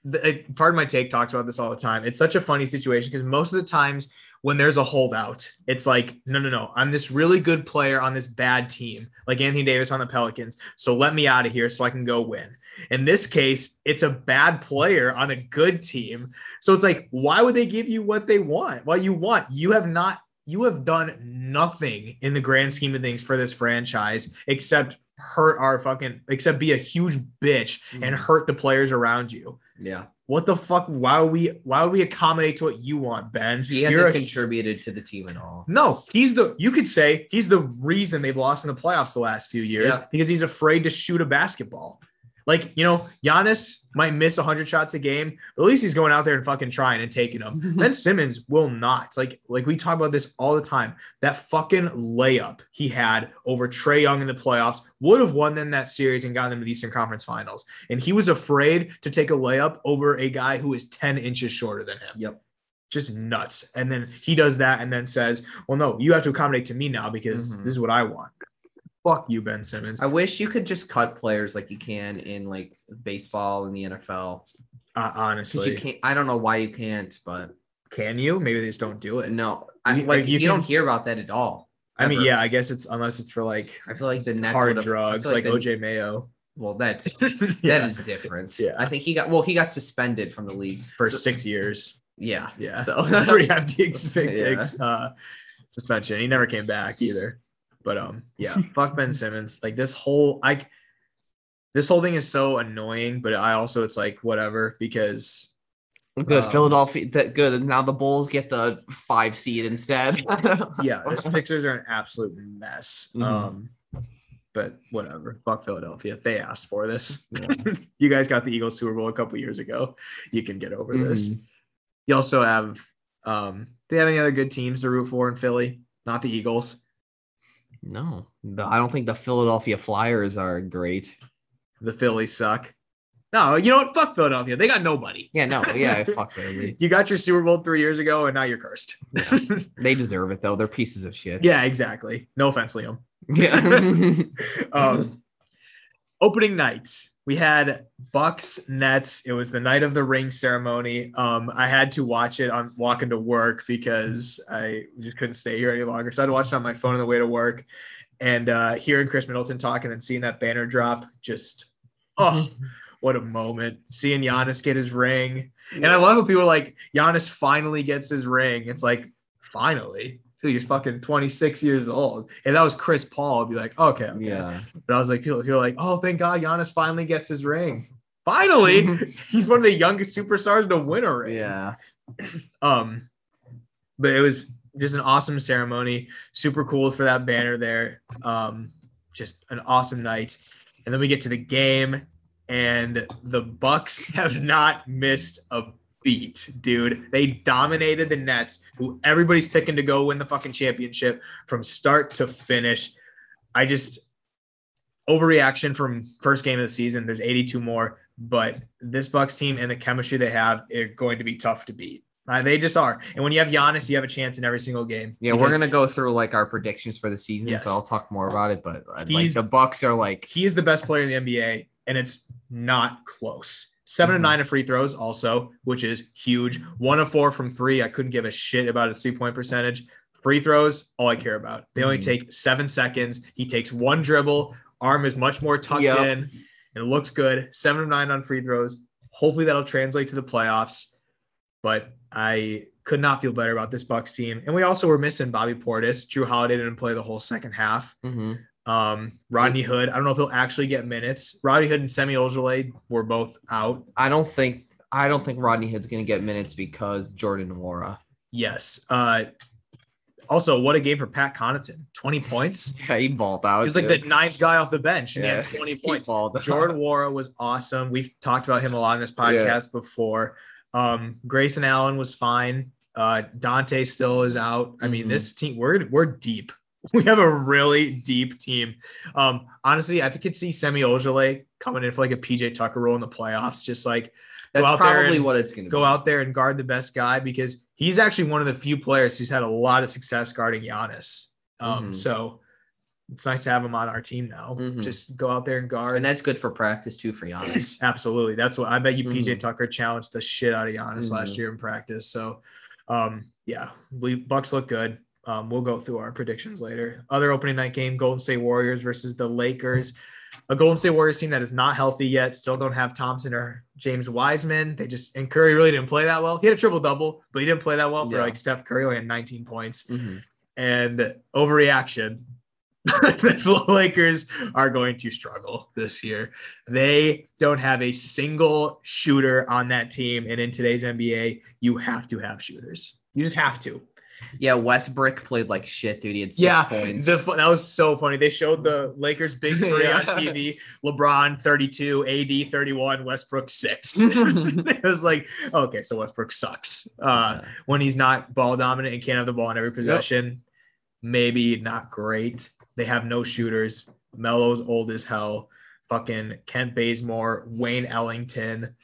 S2: the, uh, part of my take talks about this all the time. It's such a funny situation because most of the times when there's a holdout, it's like, no, no, no, I'm this really good player on this bad team, like Anthony Davis on the Pelicans. So let me out of here so I can go win. In this case, it's a bad player on a good team. So it's like, why would they give you what they want? What you want? You have not, you have done nothing in the grand scheme of things for this franchise except hurt our fucking, except be a huge bitch and
S3: Mm.
S2: hurt the players around you.
S3: Yeah,
S2: What the fuck? Why would we why would we accommodate to what you want, Ben?
S3: he
S2: You're
S3: hasn't
S2: a-
S3: contributed to the team at all.
S2: No, he's the you could say he's the reason they've lost in the playoffs the last few years
S3: Yeah.
S2: because he's afraid to shoot a basketball. Like, you know, Giannis might miss 100 shots a game, but at least he's going out there and fucking trying and taking them. Ben Simmons will not. Like, like we talk about this all the time. That fucking layup he had over Trey Young in the playoffs would have won them that series and gotten them to the Eastern Conference Finals. And he was afraid to take a layup over a guy who is 10 inches shorter than him.
S3: Yep.
S2: Just nuts. And then he does that and then says, Well, no, you have to accommodate to me now because
S3: Mhm.
S2: this is what I want. Fuck you, Ben Simmons.
S3: I wish you could just cut players like you can in like baseball and the NFL.
S2: Uh,
S3: 'Cause
S2: honestly,
S3: you can't. I don't know why you can't, but
S2: can you? Maybe they just don't do it.
S3: no, I,
S2: You-
S3: like
S2: like,
S3: you,
S2: you
S3: don't
S2: can-
S3: hear about that at all.
S2: I mean,
S3: ever.
S2: yeah, I guess it's unless it's for like
S3: I feel like the Nets
S2: hard
S3: would've- I
S2: drugs,
S3: feel
S2: like,
S3: the-
S2: OJ Mayo.
S3: Well, that's
S2: Yeah.
S3: that is different.
S2: Yeah.
S3: I think he got well. He got suspended from the league.
S2: for
S3: So-
S2: six years.
S3: Yeah,
S2: Yeah.
S3: so
S2: Three empty expect
S3: Yeah.
S2: uh, suspension. He never came back either. But um, yeah, fuck Ben Simmons. Like this whole I this whole thing is so annoying, but I also it's like whatever because
S3: good.
S2: Um,
S3: Philadelphia. That good. Now the Bulls get the five seed instead.
S2: yeah, the Sixers are an absolute mess.
S3: Mhm.
S2: Um but whatever. Fuck Philadelphia. They asked for this. you guys got the Eagles Super Bowl a couple years ago. You can get over this.
S3: Mhm.
S2: You also have um do they have any other good teams to root for in Philly? Not the Eagles.
S3: No, The- I don't think the Philadelphia Flyers are great.
S2: The Phillies suck. No, you know what? Fuck Philadelphia. They got nobody.
S3: Yeah, no, yeah, fuck Philly.
S2: You got your Super Bowl three years ago, and now you're cursed.
S3: Yeah. They deserve it though. They're pieces of shit.
S2: yeah, exactly. No offense, Liam.
S3: Yeah.
S2: Um, opening night, we had Bucks Nets. It was the night of the ring ceremony. Um, I had to watch it on walking to work because I just couldn't stay here any longer. So I'd watch it on my phone on the way to work, and uh, hearing Chris Middleton talking and seeing that banner drop, just oh, what a moment! Seeing Giannis get his ring, and I love when people are like, Giannis finally gets his ring. It's like finally. Dude, he's fucking 26 years old. And that was Chris Paul. I'd be like, okay, okay.
S3: yeah.
S2: But I was like, people, people were like, oh, thank God Giannis finally gets his ring. Finally, he's one of the youngest superstars to win a ring.
S3: Yeah.
S2: Um, but it was just an awesome ceremony. Super cool for that banner there. Um, just an awesome night. And then we get to the game, and the Bucks have not missed a beat, dude. They dominated the Nets, who everybody's picking to go win the fucking championship from start to finish. I just overreaction from first game of the season. There's 82 more, but this Bucks team and the chemistry they have are going to be tough to beat. Uh, they just are. And when you have Giannis, you have a chance in every single game.
S3: Yeah, we're
S2: Because
S3: gonna go through like our predictions for the season,
S2: Yes.
S3: so I'll talk more about it. But uh, like
S2: He's-
S3: the Bucks are like,
S2: he is the best player in the NBA, and it's not close. 7
S3: Mhm.
S2: of nine of free throws, also, which is huge. One of four from three. I couldn't give a shit about his three point percentage. Free throws, all I care about. They only
S3: Mhm.
S2: take seven seconds. He takes one dribble. Arm is much more tucked
S3: Yep.
S2: in, and it looks good. Seven of nine on free throws. Hopefully that'll translate to the playoffs. But I could not feel better about this Bucks team. And we also were missing Bobby Portis. Drew Holiday didn't play the whole second half.
S3: mhm.
S2: Um, Rodney Hood. I don't know if he'll actually get minutes. Rodney Hood and Semi Ojeley were both out.
S3: I don't think I don't think Rodney Hood's gonna get minutes because Jordan Nwora.
S2: Yes. Uh, also, what a game for Pat Connaughton. 20 points.
S3: Yeah, he balled out.
S2: He was like the
S3: dude.
S2: ninth guy off the bench and he had
S3: Yeah.
S2: 20
S3: He
S2: points.
S3: balled out.
S2: Jordan Wara was awesome. We've talked about him a lot in this podcast before. Um, Grayson Allen was fine. Uh, Dante still is out. I mean,
S3: Mhm.
S2: this team we're we're deep. We have a really deep team. Um, honestly, I think could see Semi Ojeley coming in for like a PJ Tucker role in the playoffs, just like
S3: That's
S2: out there
S3: probably
S2: and
S3: what it's gonna
S2: go
S3: be.
S2: out there and guard the best guy because he's actually one of the few players who's had a lot of success guarding Giannis. Um,
S3: Mhm.
S2: so it's nice to have him on our team now.
S3: Mhm.
S2: Just go out there and guard.
S3: And that's good for practice too for Giannis.
S2: Absolutely. That's what I bet you PJ
S3: Mhm.
S2: Tucker challenged the shit out of Giannis last
S3: Mhm.
S2: year in practice. So um yeah, we Bucks look good. Um, we'll go through our predictions later. Other opening night game, Golden State Warriors versus the Lakers. A Golden State Warriors team that is not healthy yet, still don't have Thompson or James Wiseman. They just and Curry really didn't play that well. He had a triple double, but he didn't play that well for
S3: Yeah.
S2: like Steph Curry, only had 19 points
S3: Mhm.
S2: and overreaction. the Lakers are going to struggle this year. They don't have a single shooter on that team. And in today's NBA, you have to have shooters. You just have to.
S3: Yeah, Westbrook played like shit, dude. He had six
S2: Yeah,
S3: points.
S2: The, that was so funny. They showed the Lakers big three on
S3: Yeah.
S2: TV LeBron 32, AD 31, Westbrook 6. it was like, okay, so Westbrook sucks. Uh,
S3: Yeah.
S2: when he's not ball dominant and can't have the ball in every possession. Maybe not great. They have no shooters. Melo's old as hell. Fucking Kent Bazemore, Wayne Ellington,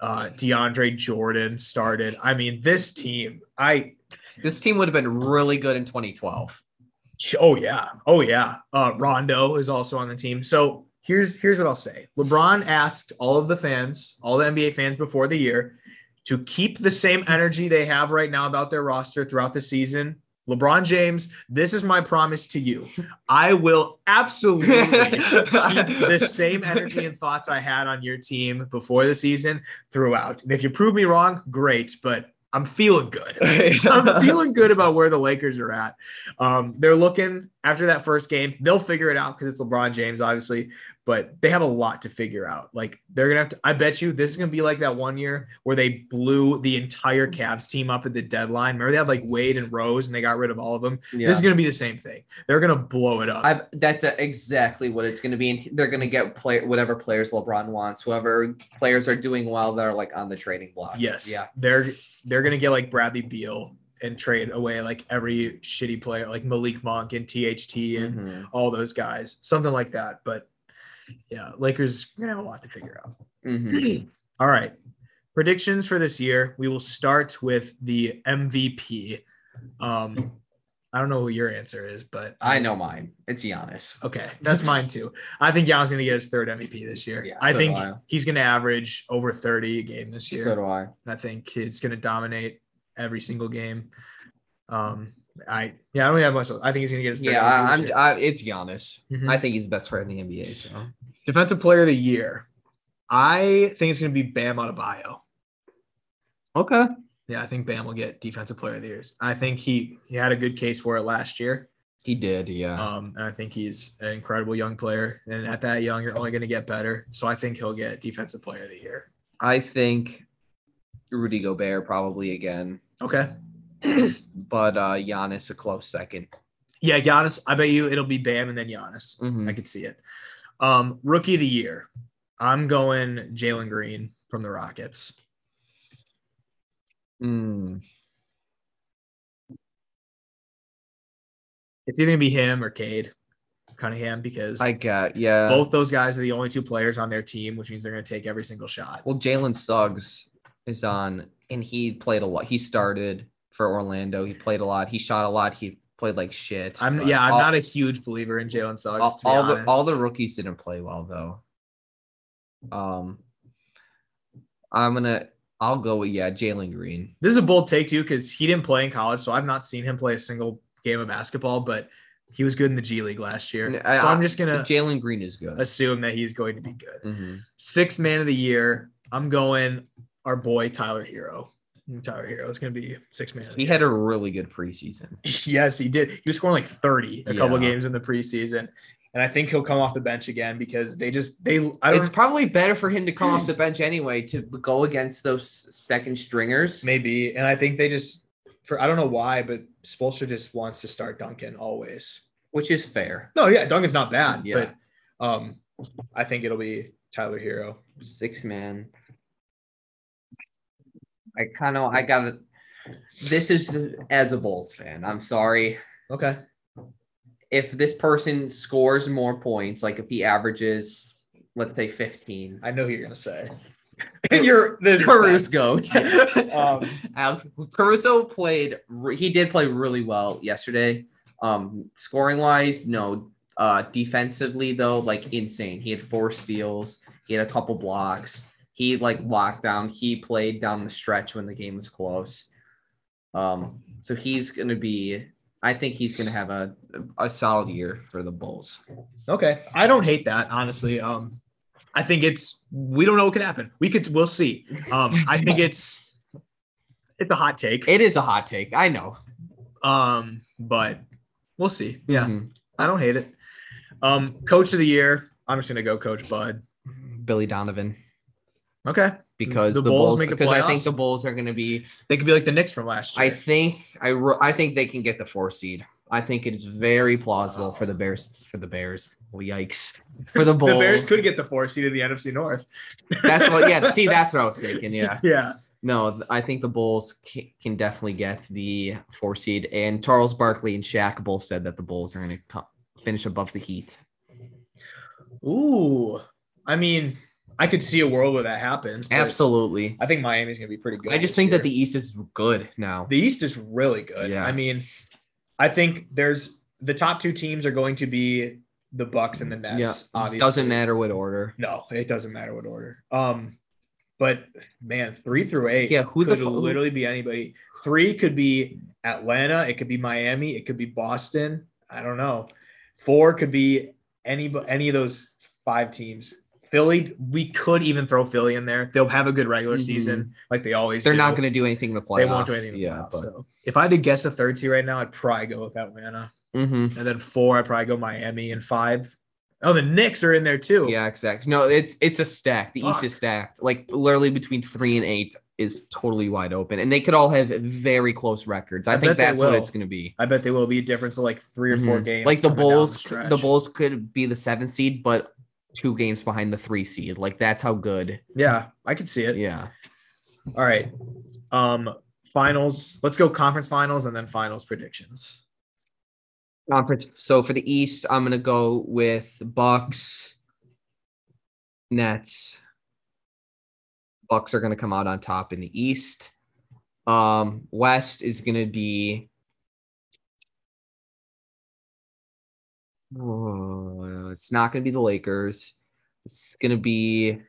S2: uh, DeAndre Jordan started. I mean, this team, I
S3: This team would have been really good in 2012.
S2: oh yeah, oh yeah. Uh, Rondo is also on the team. So here's here's what I'll say. LeBron asked all of the fans, all the NBA fans before the year, to keep the same energy they have right now about their roster throughout the season. LeBron James, this is my promise to you. I will absolutely keep the same energy and thoughts I had on your team before the season throughout. And if you prove me wrong, great, but I'm feeling good. I'm feeling good about where the Lakers are at. Um, they're looking after that first game. They'll figure it out because it's LeBron James, obviously, but they have a lot to figure out. Like they're gonna have to. I bet you this is gonna be like that one year where they blew the entire Cavs team up at the deadline. Remember they had like Wade and Rose, and they got rid of all of them.
S3: Yeah.
S2: This is gonna be the same thing. They're gonna blow it up.
S3: I've, that's uh, exactly what it's going to be. And they're going to get play whatever players LeBron wants, whoever players are doing well that are like on the trading block.
S2: yes,
S3: Yeah.
S2: they're they're gonna get like Bradley Beal and trade away like every shitty player like Malik Monk and THT and
S3: Mhm.
S2: all those guys, something like that. But yeah, Lakers are gonna have a lot to figure out.
S3: Mhm.
S2: All right. Predictions for this year. We will start with the MVP. Um, I don't know who your answer is, but
S3: I know mine. It's Giannis.
S2: Okay, that's mine too. I think Giannis is going to get his third MVP this year.
S3: Yeah,
S2: I
S3: so
S2: think
S3: do I.
S2: he's going to average over 30 a game this year.
S3: So do I.
S2: And I think he's going to dominate every single game. Um, I yeah, I don't have much. else. I think he's going to get his third.
S3: Yeah,
S2: MVP
S3: I,
S2: this
S3: I'm.
S2: year.
S3: I, it's Giannis.
S2: Mhm.
S3: I think he's the best player in the NBA. So
S2: defensive player of the year. I think it's going to be Bam Adebayo.
S3: okay.
S2: Yeah, I think Bam will get defensive player of the year. I think he he had a good case for it last year.
S3: He did. Yeah.
S2: Um, and I think he's an incredible young player. And at that young, you're only going to get better. So I think he'll get defensive player of the year.
S3: I think Rudy Gobert probably again,
S2: Okay.
S3: but uh Giannis a close second.
S2: Yeah, Giannis. I bet you it'll be Bam and then Giannis.
S3: Mhm.
S2: I could see it. Um, rookie of the year. I'm going Jalen Green from the Rockets.
S3: Mm.
S2: It's either gonna be him or Cade Cunningham because
S3: I got yeah.
S2: both those guys are the only two players on their team, which means they're gonna take every single shot.
S3: Well, Jalen Suggs is on, and he played a lot. He started for Orlando. He played a lot. He shot a lot. He played like shit.
S2: I'm
S3: but
S2: yeah, I'm
S3: all,
S2: not a huge believer in Jalen Suggs.
S3: all,
S2: to be
S3: all the
S2: honest.
S3: all the rookies didn't play well though. Um, I'm gonna. I'll go with yeah, Jalen Green.
S2: this is a bold take too because he didn't play in college, so I've not seen him play a single game of basketball, but he was good in the G League last year.
S3: I-
S2: so I'm
S3: I-
S2: just gonna
S3: Jalen Green is good.
S2: assume that he's going to be good.
S3: hmm
S2: Sixth man of the year. I'm going our boy Tyler Hero. Tyler Hero is going to be six man. of the
S3: He
S2: year.
S3: had a really good preseason.
S2: yes, he did. He was scoring like 30 a couple
S3: Yeah.
S2: games in the preseason, and I think he'll come off the bench again because they just they. I don't
S3: It's probably better for him to come off the bench anyway to go against those second stringers.
S2: maybe, and I think they just for I don't know why, but Spolster just wants to start Duncan always.
S3: which is fair.
S2: No, yeah, Duncan's not bad,
S3: Yeah.
S2: but um, I think it'll be Tyler Hero.
S3: Six man. I kind of I got to This is as a Bulls fan. I'm sorry
S2: Okay,
S3: if this person scores more points. Like if he averages, let's say 15.
S2: I know who you're gonna say. and you're there's
S3: Caruso goat.
S2: Um,
S3: Alex Caruso played. re- He did play really well yesterday. Um, scoring wise, no. Uh, defensively though, like insane. He had four steals. He had a couple blocks. He like locked down. He played down the stretch when the game was close. Um, so he's gonna be. I think he's gonna have a a solid year for the Bulls.
S2: Okay. I don't hate that, honestly. Um, I think it's we don't know what could happen. We could we'll see. Um, I think it's it's a hot take.
S3: It is a hot take. I know.
S2: Um, but we'll see. Yeah,
S3: Mhm.
S2: I don't hate it. Um, coach of the year. I'm just gonna go coach Bud.
S3: Billy Donovan.
S2: Okay.
S3: Because
S2: The
S3: the,
S2: Bulls
S3: Bulls,
S2: make the
S3: because I think
S2: playoffs?
S3: the Bulls are gonna be
S2: They could be like the Knicks from last year.
S3: I think I re- I think they can get the four seed. I think it is very plausible for the Bears for the Bears. Yikes! For the Bulls.
S2: Oh. the Bears could get the four seed in the NFC North.
S3: that's what. Yeah. See, that's what I was thinking. Yeah.
S2: Yeah.
S3: No, th- I think the Bulls can, can definitely get the four seed. And Charles Barkley and Shaq both said that the Bulls are going to co- finish above the Heat.
S2: Ooh. I mean, I could see a world where that happens. but
S3: Absolutely.
S2: I think Miami's gonna be pretty good.
S3: I just
S2: this
S3: think
S2: year.
S3: that the East is good now.
S2: The East is really good.
S3: Yeah.
S2: I mean, I think there's the top two teams are going to be the Bucks and the Nets.
S3: yeah.
S2: obviously.
S3: Doesn't matter what order.
S2: No, it doesn't matter what order. Um, but man, three through eight.
S3: Yeah, who the
S2: could
S3: fu- who-
S2: literally be anybody. Three could be Atlanta. It could be Miami. It could be Boston. I don't know. Four could be any any of those five teams. Philly, we could even throw Philly in there. They'll have a good regular
S3: Mhm.
S2: season, like they always.
S3: They're
S2: do.
S3: not going to do anything in the playoffs.
S2: They won't do anything.
S3: Yeah. But,
S2: so. If I had to guess a third tier right now, I'd probably go with Atlanta.
S3: Mhm.
S2: And then four, I'd probably go Miami. And five, oh, the Knicks are in there too.
S3: Yeah, exactly. No, it's it's a stack. The East is
S2: Fuck.
S3: stacked. Like literally between three and eight is totally wide open, and they could all have very close records. I,
S2: I bet
S3: think
S2: they
S3: that's what
S2: will.
S3: it's going to be.
S2: I bet they will be a difference of like three or four
S3: Mhm.
S2: games.
S3: like the
S2: coming down
S3: Bulls, c-
S2: stretch.
S3: the Bulls could be the seventh seed, but two games behind the three seed. Like that's how good.
S2: Yeah, I could see it.
S3: Yeah.
S2: All right. Um, finals. Let's go conference finals and then finals predictions.
S3: Conference. So for the East, I'm gonna go with Bucks, Nets. Bucks are gonna come out on top in the East. Um, West is gonna be. Oh, it's not gonna be the Lakers. It's gonna be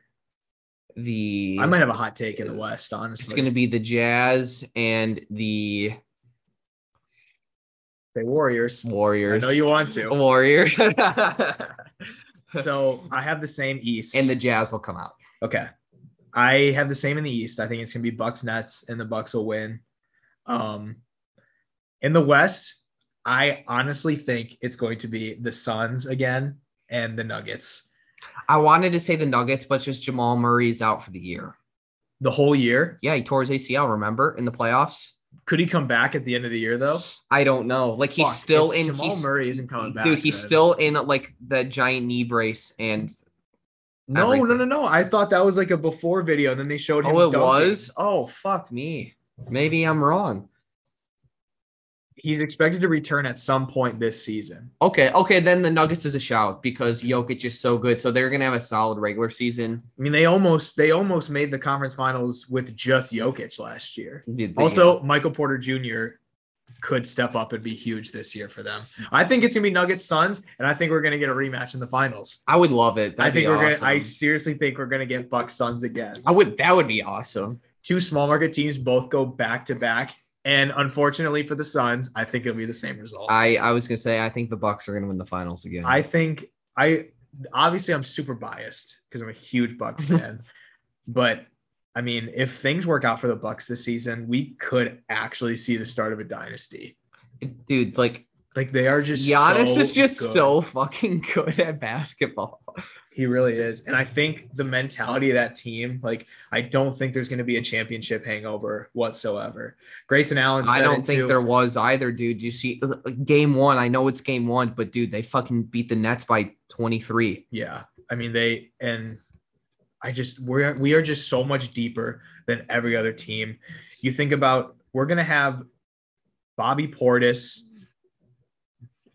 S3: the.
S2: I might have a hot take in the West, honestly.
S3: It's gonna be the Jazz and the
S2: say Warriors. I
S3: Warriors.
S2: know you want to.
S3: Warrior.
S2: So I have the same East.
S3: and the Jazz will come out.
S2: Okay. I have the same in the East. I think it's gonna be Bucks Nets and the Bucks will win. Um in the West, I honestly think it's going to be the Suns again and the Nuggets
S3: I wanted to say the Nuggets, but just Jamal Murray's out for the year.
S2: the whole year.
S3: Yeah, he tore his ACL, remember, in the playoffs?
S2: Could he come back at the end of the year though?
S3: I don't know. Like he's
S2: Fuck,
S3: still
S2: if
S3: in
S2: Jamal
S3: he's,
S2: Murray isn't coming back.
S3: Dude, he's
S2: then-
S3: still in like the giant knee brace and
S2: no, no,
S3: everything.
S2: no, no. I thought that was like a before video, and then they showed him.
S3: Oh, it
S2: dunking.
S3: was? Oh fuck me. Maybe I'm wrong.
S2: He's expected to return at some point this season.
S3: Okay, okay, then the Nuggets is a shout because Jokic is so good. So they're gonna have a solid regular season.
S2: I mean, they almost they almost made the conference finals with just Jokic last year.
S3: They- they-
S2: Also, Michael Porter Jr. could step up and be huge this year for them. I think it's gonna be Nuggets Suns, and I think we're gonna get a rematch in the finals.
S3: I would love it. That'd
S2: I think
S3: be
S2: we're
S3: awesome.
S2: gonna. I seriously think we're gonna get Bucks Suns again.
S3: I would. That would be awesome.
S2: Two small market teams both go back to back, and unfortunately for the Suns, I think it'll be the same result.
S3: I I was gonna say I think the Bucks are gonna win the finals again.
S2: I think I obviously I'm super biased because I'm a huge Bucks fan, but I mean, if things work out for the Bucks this season, we could actually see the start of a dynasty.
S3: dude, like
S2: Like they are just
S3: Giannis
S2: so
S3: is just
S2: good.
S3: so fucking good at basketball.
S2: he really is, and I think the mentality of that team. Like I don't think there's going to be a championship hangover whatsoever. Grayson Allen.
S3: I
S2: said
S3: don't
S2: it
S3: think
S2: too.
S3: there was either, dude. You see, uh, game one. I know it's game one, but dude, they fucking beat the Nets by twenty three.
S2: yeah i mean they and i just we're we are just so much deeper than every other team you think about we're gonna have bobby portis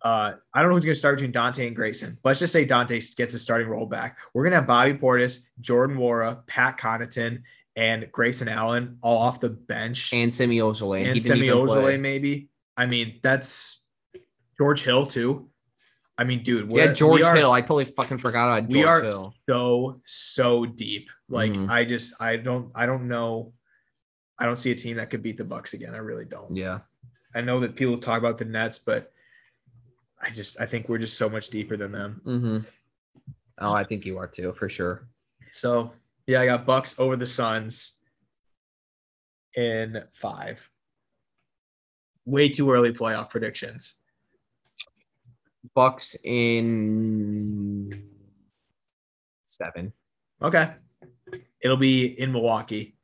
S2: uh, I don't know who's going to start between Dante and Grayson. Let's just say Dante gets a starting role back. We're going to have Bobby Portis, Jordan Wara, Pat Connaughton, and Grayson Allen all off the bench
S3: And Semi Ojeley,
S2: and
S3: he didn't
S2: Semi
S3: even play.
S2: Ojeley maybe. I mean, that's George Hill too. I mean, dude, we're,
S3: yeah, George
S2: we are-
S3: Hill. I totally fucking forgot about George
S2: we are
S3: Hill.
S2: so so deep. Like
S3: Mhm.
S2: I just I don't I don't know. I don't see a team that could beat the Bucks again. I really don't.
S3: Yeah,
S2: I know that people talk about the Nets, but I just I think we're just so much deeper than them.
S3: hmm Oh, I think you are too, for sure.
S2: So yeah, I got Bucks over the Suns in five. Way too early playoff predictions.
S3: Bucks in seven.
S2: Okay. It'll be in Milwaukee.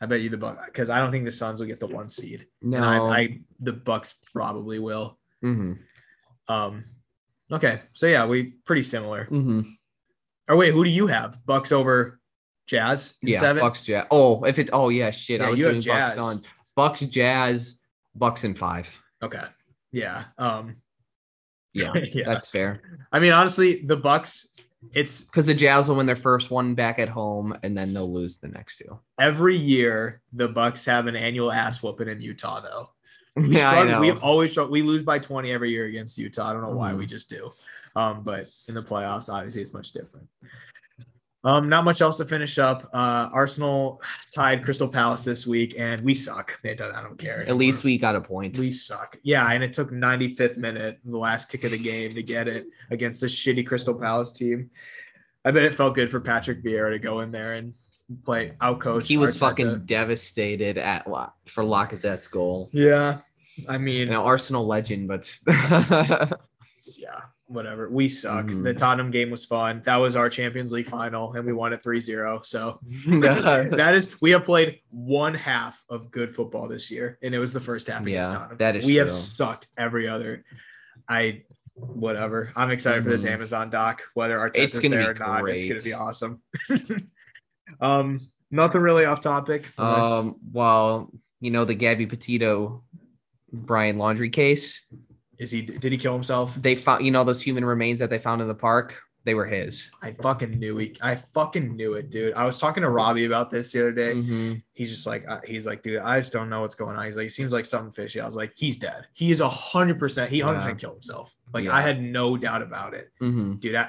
S2: I bet you the Bucks because I don't think the Suns will get the one seed.
S3: No,
S2: And I, I the Bucks probably will.
S3: hmm
S2: Um, okay, so yeah, we pretty similar.
S3: hmm
S2: Or wait, who do you have? Bucks over Jazz in
S3: Yeah,
S2: seven.
S3: Bucks Jazz. Oh, if it. Oh yeah, shit.
S2: Yeah,
S3: I was
S2: you have
S3: doing Bucks
S2: Jazz.
S3: on Bucks Jazz, Bucks in five.
S2: Okay, yeah, um,
S3: Yeah,
S2: yeah.
S3: that's fair.
S2: I mean, honestly, the Bucks. It's
S3: Because the Jazz will win their first one back at home, and then they'll lose the next two.
S2: every year the Bucks have an annual ass whooping in Utah, though. We
S3: yeah, I
S2: struggle-
S3: know.
S2: We've always struggled- we lose by twenty every year against Utah. I don't know why
S3: Mhm.
S2: we just do. Um, but in the playoffs, obviously, it's much different. Um, not much else to finish up. Uh, Arsenal tied Crystal Palace this week, and we suck. It does- I don't care.
S3: At least we got a point.
S2: We suck. Yeah, and it took 95th minute, the last kick of the game, to get it against this shitty Crystal Palace team. I bet it felt good for Patrick Vieira to go in there and play out coach.
S3: he was fucking devastated at La- for Lacazette's goal.
S2: Yeah, I mean,
S3: An Arsenal legend, but
S2: yeah, whatever. We suck.
S3: Mhm.
S2: The Tottenham game was fun. That was our Champions League final, and we won it 3-0. So that is we have played one half of good football this year, and it was the first half against
S3: Yeah,
S2: Tottenham.
S3: that is
S2: we have
S3: true.
S2: sucked every other. I whatever. I'm excited for this
S3: Mhm.
S2: Amazon doc, whether our
S3: It's gonna
S2: there or
S3: be
S2: not. It's
S3: great.
S2: gonna be awesome. um, nothing really off topic. unless-
S3: um, well, you know, the Gabby Petito, Brian Laundry case.
S2: Is he? Did he kill himself?
S3: They found, you know, those human remains that they found in the park. They were his.
S2: I fucking knew it. I fucking knew it, dude. I was talking to Robbie about this the other day.
S3: Mhm.
S2: He's just like, I- he's like, dude, I just don't know what's going on. He's like, it seems like something fishy. I was like, he's dead. He is a hundred percent. He hundred percent killed himself. Like
S3: Yeah.
S2: I had no doubt about it,
S3: Mhm.
S2: dude. I,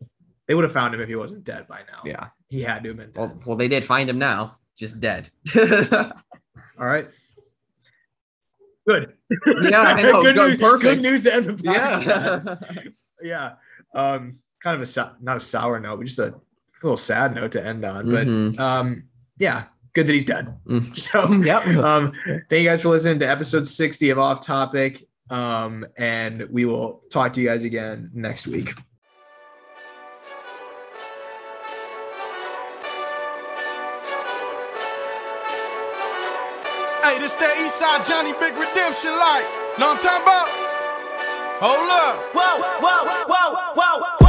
S2: they would have found him if he wasn't dead by now.
S3: Yeah.
S2: he had to have been dead.
S3: Well, well, they did find him now, just dead.
S2: All right. Good.
S3: Yeah, I know.
S2: good,
S3: Good-
S2: news,
S3: perfect.
S2: good news to end the podcast. yeah.
S3: yeah.
S2: Um, kind of a sou- not a sour note, but just a little sad note to end on.
S3: Mhm.
S2: But um, yeah, good that he's dead.
S3: Mm.
S2: So
S3: Yep.
S2: um, thank you guys for listening to episode sixty of Off Topic. Um, and we will talk to you guys again next week.
S4: Hey, this that Eastside Johnny Big Redemption like. Know what I'm talking about? Hold up.
S5: whoa, whoa, whoa, whoa, whoa.